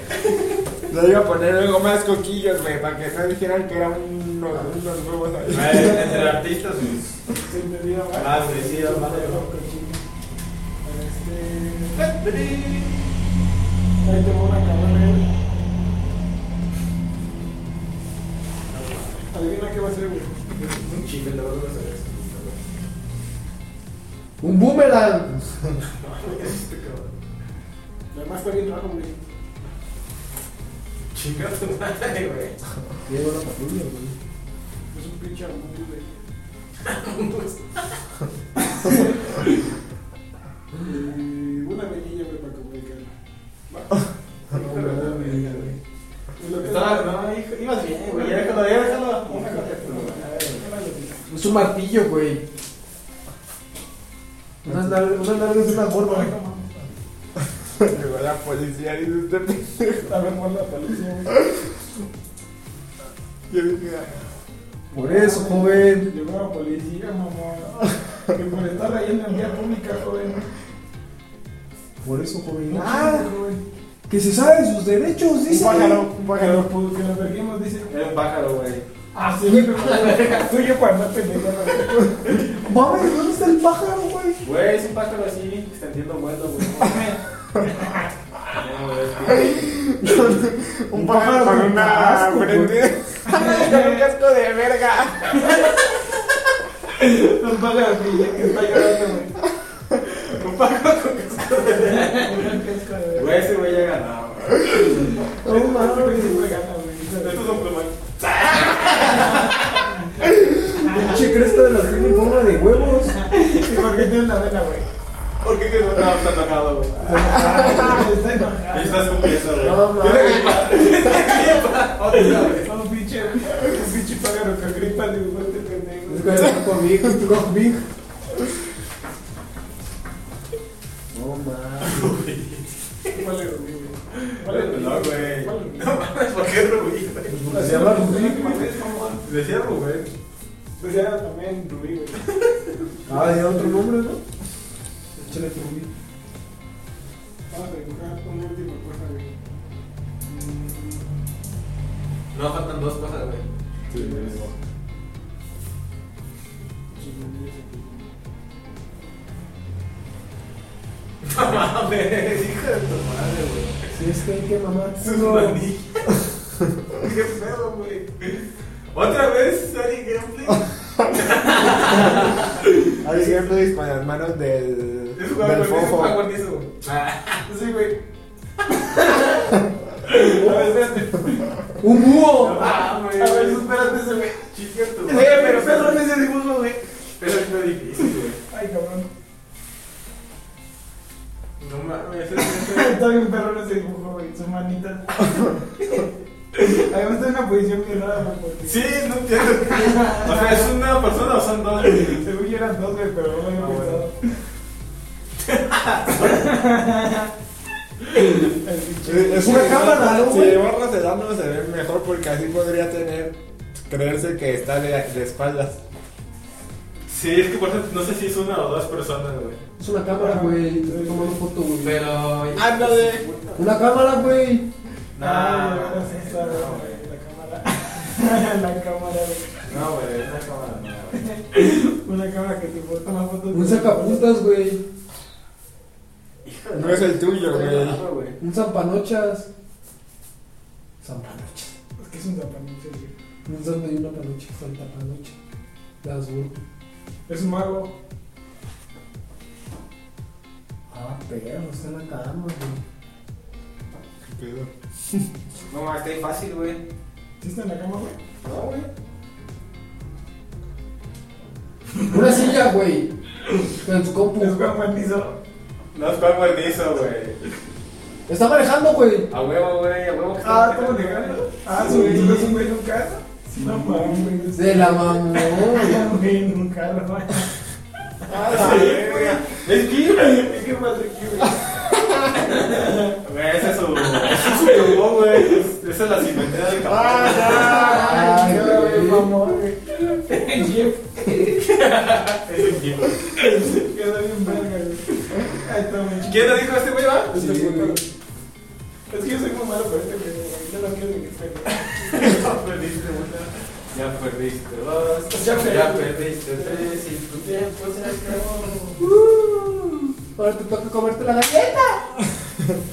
Le iba a poner algo más coquillos, güey, para que no dijeran que eran unos, unos huevos [laughs] ahí. Entre artistas, güey. Se me olvidó, güey. Ah, sí, sí, Este, mamá, te lo- Ahí te va una ¿eh? cabrona, güey. Adivina qué va a ser, güey. Un chile, le van a hacer eso. Un boomerang. Este Además está bien raro, güey. Chinga tu madre, güey. Lleva una patrulla, güey. Es Pues un pinche albur, güey. Y una velilla, güey, para comunicarla. Va. No, güey, no, güey. Y lo que- Estaba, no, hijo, ibas bien, güey. Ya déjalo, ya déjalo. Una cosa, A ver, una velilla. Es un martillo, güey. Unas largas, unas largas de una forma. Ay, no mames. Llegó la policía y dice usted Está bien buena la paliza, güey. Yo dije, Por eso, joven. Llegó la policía, mamá. Que por estar ahí en la vía pública, joven. Por eso, joven. Muchísimo, Ah, joven. que se sabe sus derechos, un dice. pájaro, un Que pájaro. lo pu- que lo perdimos, dice. Era un pájaro, güey. Ah, sí, güey, pero- tú y yo para andar pendejo, güey. Mames, ¿dónde está el pájaro, güey? Güey, es un pájaro así, extendiendo [laughs] vuelo, güey. No, güey. Un pájaro con con una [laughs] casco, frente. Con un casco de verga. Un pájaro que ya- que está llorando, güey. Un pájaro con casco de... Un casco de- Güey, ese güey ya ganaba, güey. No Ese güey mames. siempre gana, güey. Esto es un plumón. Pinche cresta de las tiene en forma de huevos. ¿Y por qué tiene una vena, güey? ¿Por qué que no estaba tan enojado, güey? Está enojado. Ahí estás cumpliendo, güey. No mames. Otra vez. Un pinche, un pinche pájaro que gripa de un este pendejo. Es que está conmigo, tú conmigo. No mames. ¿Cuál es, güey, güey? ¿Cuál es, No, güey. ¿Cuál es, güey? No mames, ¿por qué Rubí, güey? Pues se llama Rubí. Decía Rubén. Pues era también Rubí, güey. Ah, de otro nombre, ¿no? Échale tu Rubí. Vamos a dibujar una última cosa, güey. No, faltan dos cosas, güey. No mames, hijo de tu madre, güey. Si es que hay que mamar. Es un anillo. Qué pedo, güey. Otra vez, Sari Gameplay. Hay gameplays con las manos del. Es jugar del con eso, jugar fofo. con eso. Sí, güey. A ver, espérate. ¡Un búho! Ah, A güey. ver, espérate ese, güey. Chica tu Güey, pero Pedro no ese dibujo, güey. Pero es muy difícil, güey. Ay, cabrón. No mames, ese [laughs] es Está bien perro ese dibujo, güey. Su [laughs] manita. Además está en una posición bien rara, güey. Porque... Sí, no entiendo. O sea, ¿es una persona o son dos? güey? Según yo eran dos, güey, pero no lo había Ah, pensado. [laughs] El pinche- Es Una cámara, ¿no, Si güey? llevarlo sedano se ve mejor porque así podría tener. creerse que está de, de espaldas. Sí, es que por eso no sé si es una o dos personas, güey. Es una cámara, güey. Te estoy tomando foto, güey. Pero. ¡Ándale! Una cámara, güey. Nah, Ah, no, güey, no sé, está, no, güey. güey. [laughs] La cámara. La cámara, güey. No, güey, es una cámara, no, güey. [laughs] Una cámara que te puede tomar fotos. Un sacapuntas, güey. No es el tuyo, güey. Un zampanochas. Zampanochas. Es que es un zapaniche, güey. Un zampa y una panocha. Santa panocha. Las güey. Es un mago. Ah, perro, está en la cama, güey. ¿Qué pedo? No, mames, está ahí fácil, güey. ¿Sí está en la cama, güey? No, güey. Una silla, güey. En tu compu. Es Juan [laughs] Manizo. No es cual buenísimo, güey. Está manejando, güey. A huevo, güey, a huevo. que está Ah, ¿cómo manejando, le güey. gano? Ah, su vehículo es un güey en un carro. No mames, güey. De la mamón. Ah, güey, en un carro, güey. Ah, sí, güey. Es que, güey. Es que más de aquí, güey. Güey, ese es su. Ese es su logo, güey. Es- Esa es la cimentera del cabrón. Ah, Ay, no, güey, güey. mamón, güey. Jeep. Es un tiempo. [laughs] Queda bien verga, güey. Ahí está, güey. ¿Quién lo dijo este güey, va? Este puto. Es que yo soy muy malo para este güey. güey. Yo no quiero ni que esté, güey. Ya [laughs] perdiste una, ya perdiste dos, Ya perdí. ya perdiste tres y tu tiempo se acabó. Ahora te toca comerte la galleta.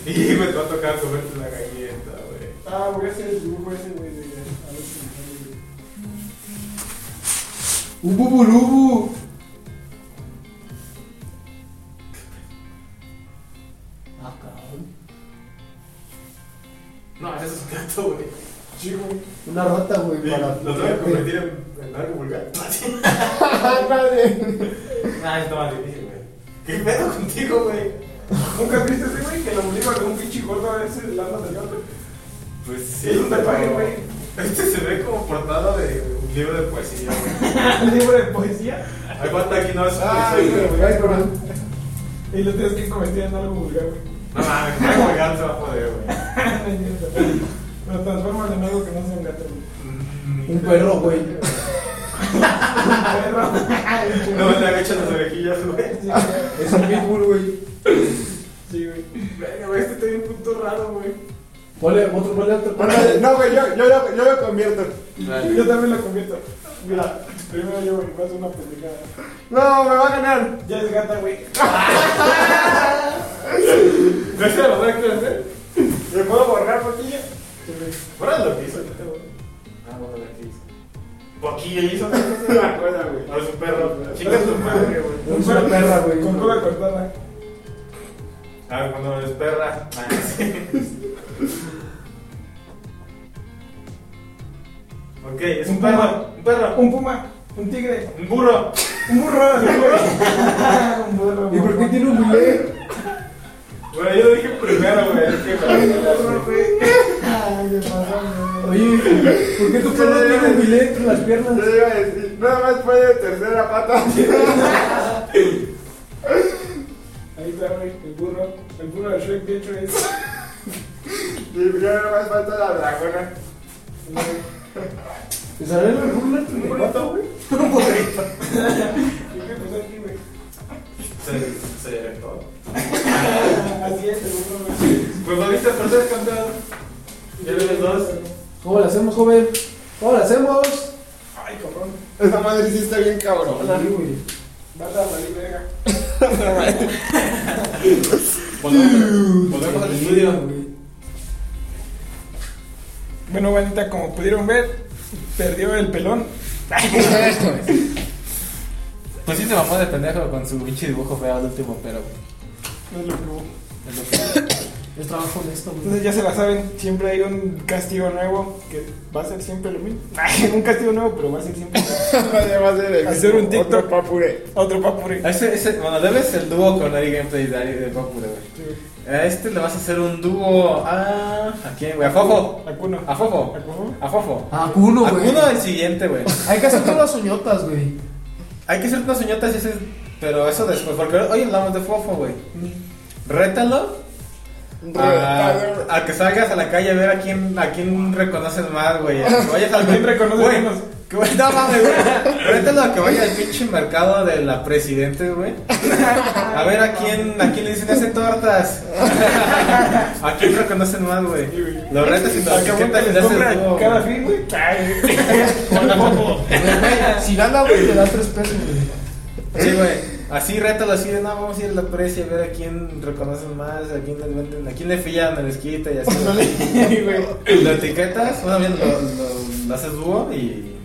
Y me va a tocar comerte la galleta, güey. Ah, voy a hacer el dibujo ese, güey. de- A ver si me sale, güey. Un buburubu. Ah, cabrón. No, ese es un gato, güey. Sí, güey. Una rata, güey, para. Lo tengo que [laughs] convertir en, en algo vulgar. Ándale. Ah, estaba difícil, güey. ¿Qué pedo contigo, güey? ¿Nunca viste ese güey que lo obliga con un pinche gordo a verse el alma del gato? Pues sí. Es un tatuaje, pero- güey. Este se ve como portada de un libro de poesía, güey. [laughs] Un libro de poesía Hay cuánta aquí no es Ay, poesía, güey. Ay, cabrón. y lo tienes que convertir en algo vulgar, güey. No mames, no el gato se va a poder, güey. No es cierto. Lo transformas en algo que no sea un gato, güey. Un Mm. perro, güey. Un perro. No me te han hecho las orejillas, güey. Sí, güey. Es un pitbull, güey. [laughs] Sí, güey. Venga, güey, este está bien puto raro, güey. Ponle otro, ponle otro. Órale, No, güey, yo, yo, lo- yo lo convierto. Yo también lo convierto. Mira, primero yo, güey, voy a hacer una pendejada. No, me va a ganar. Ya es gata, güey. ¿No es que lo voy a hacer? ¿Le puedo borrar, poquillo? Sí, güey. Ahora lo que hizo el gato, güey. Ah, bueno, lo que hizo. Poquillo hizo, no se me acuerda, güey. A su perro, chica su madre, güey. Es una perra, güey. Con cola cortada. Ah, cuando es perra. Ah, sí. Ok, es un perro. Un perro. Un puma, un tigre, Un burro. un burro, [laughs] un burro. [laughs] un burro. ¿Y por qué tiene un bulé? Bueno, yo dije primero, güey. Es que me Un burro, güey. Ay, qué pasa, güey. Oye, ¿por qué tu perro tiene un bulé entre las Yo piernas? le iba a decir, nada más fue de tercera pata. Ahí está, güey, el burro. El burro de Shrek, de hecho, es. Y ya nada más falta la dragona. ¿Te sale el burro entre Un las burrito, patas? güey. ¿Y qué pasó aquí, güey? Se, se todo. Así es, el burro, güey. Pues lo viste perder, campeón. Ya ves dos. ¿Cómo lo hacemos, joven? ¿Cómo lo hacemos? Ay, cabrón. Esa madre sí está bien cabrón. Sí, güey. Vas a valer verga. Volvemos volvemos al estudio. [laughs] Bueno, bandita, como pudieron ver, perdió el pelón. Pues sí se mamó de pendejo con su pinche dibujo feo al último, pero No es lo que hubo. es lo que... Es trabajo honesto, güey. Entonces ya se la saben, siempre hay un castigo nuevo que va a ser siempre lo mismo. [laughs] un castigo nuevo, pero va a ser siempre lo mismo. Nadie va a hacer el Hacer un TikTok. Otro papure. Otro papure. Ese, ese, bueno, debes el dúo con Ari Gameplay de Ari de Popura, güey. Sí, güey. A este le vas a hacer un dúo a... ¿A quién, güey? A Fofo. A Cuno. A Fofo. ¿A Cuno? A Fofo. A cuno, A güey. Cuno el siguiente, güey. Hay que hacer [laughs] todas las uñotas, güey. Hay que hacer unas uñotas y ese... Pero eso después, porque hoy hablamos de Fofo, güey. Rétalo 哎 a, a que salgas a la calle a ver a quién, a quién reconoces más, güey. A que [laughs] vayas al ¿Quién reconoce güey, menos? que vay- No mames, güey. Rétalo a que vaya al pinche mercado de la presidente, güey. A ver a quién, a quién le dicen [laughs] ese tortas. ¿A quién reconocen más, güey? Los retas y los Acabó que les compra cada fin, güey. Si gana, güey, te das tres pesos, güey. Sí, güey. Así rétalo así de no, vamos a ir a la precia a ver a quién reconocen más, a quién les venden, a quién le fían el esquita y así. [laughs] güey. lo etiquetas, bueno, bien, lo, lo- lo haces dúo y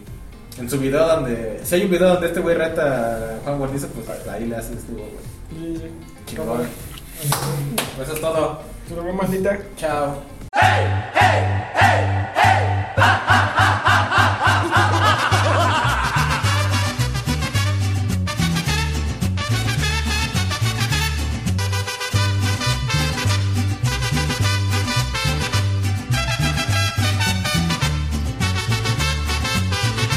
en su video donde. Si hay un video donde este güey reta a Juan Guarnizo, pues ahí le haces dúo, güey. Chingón. Pues eso es todo. Se lo veo más lita. Chao. hey, hey, hey, pa, ah,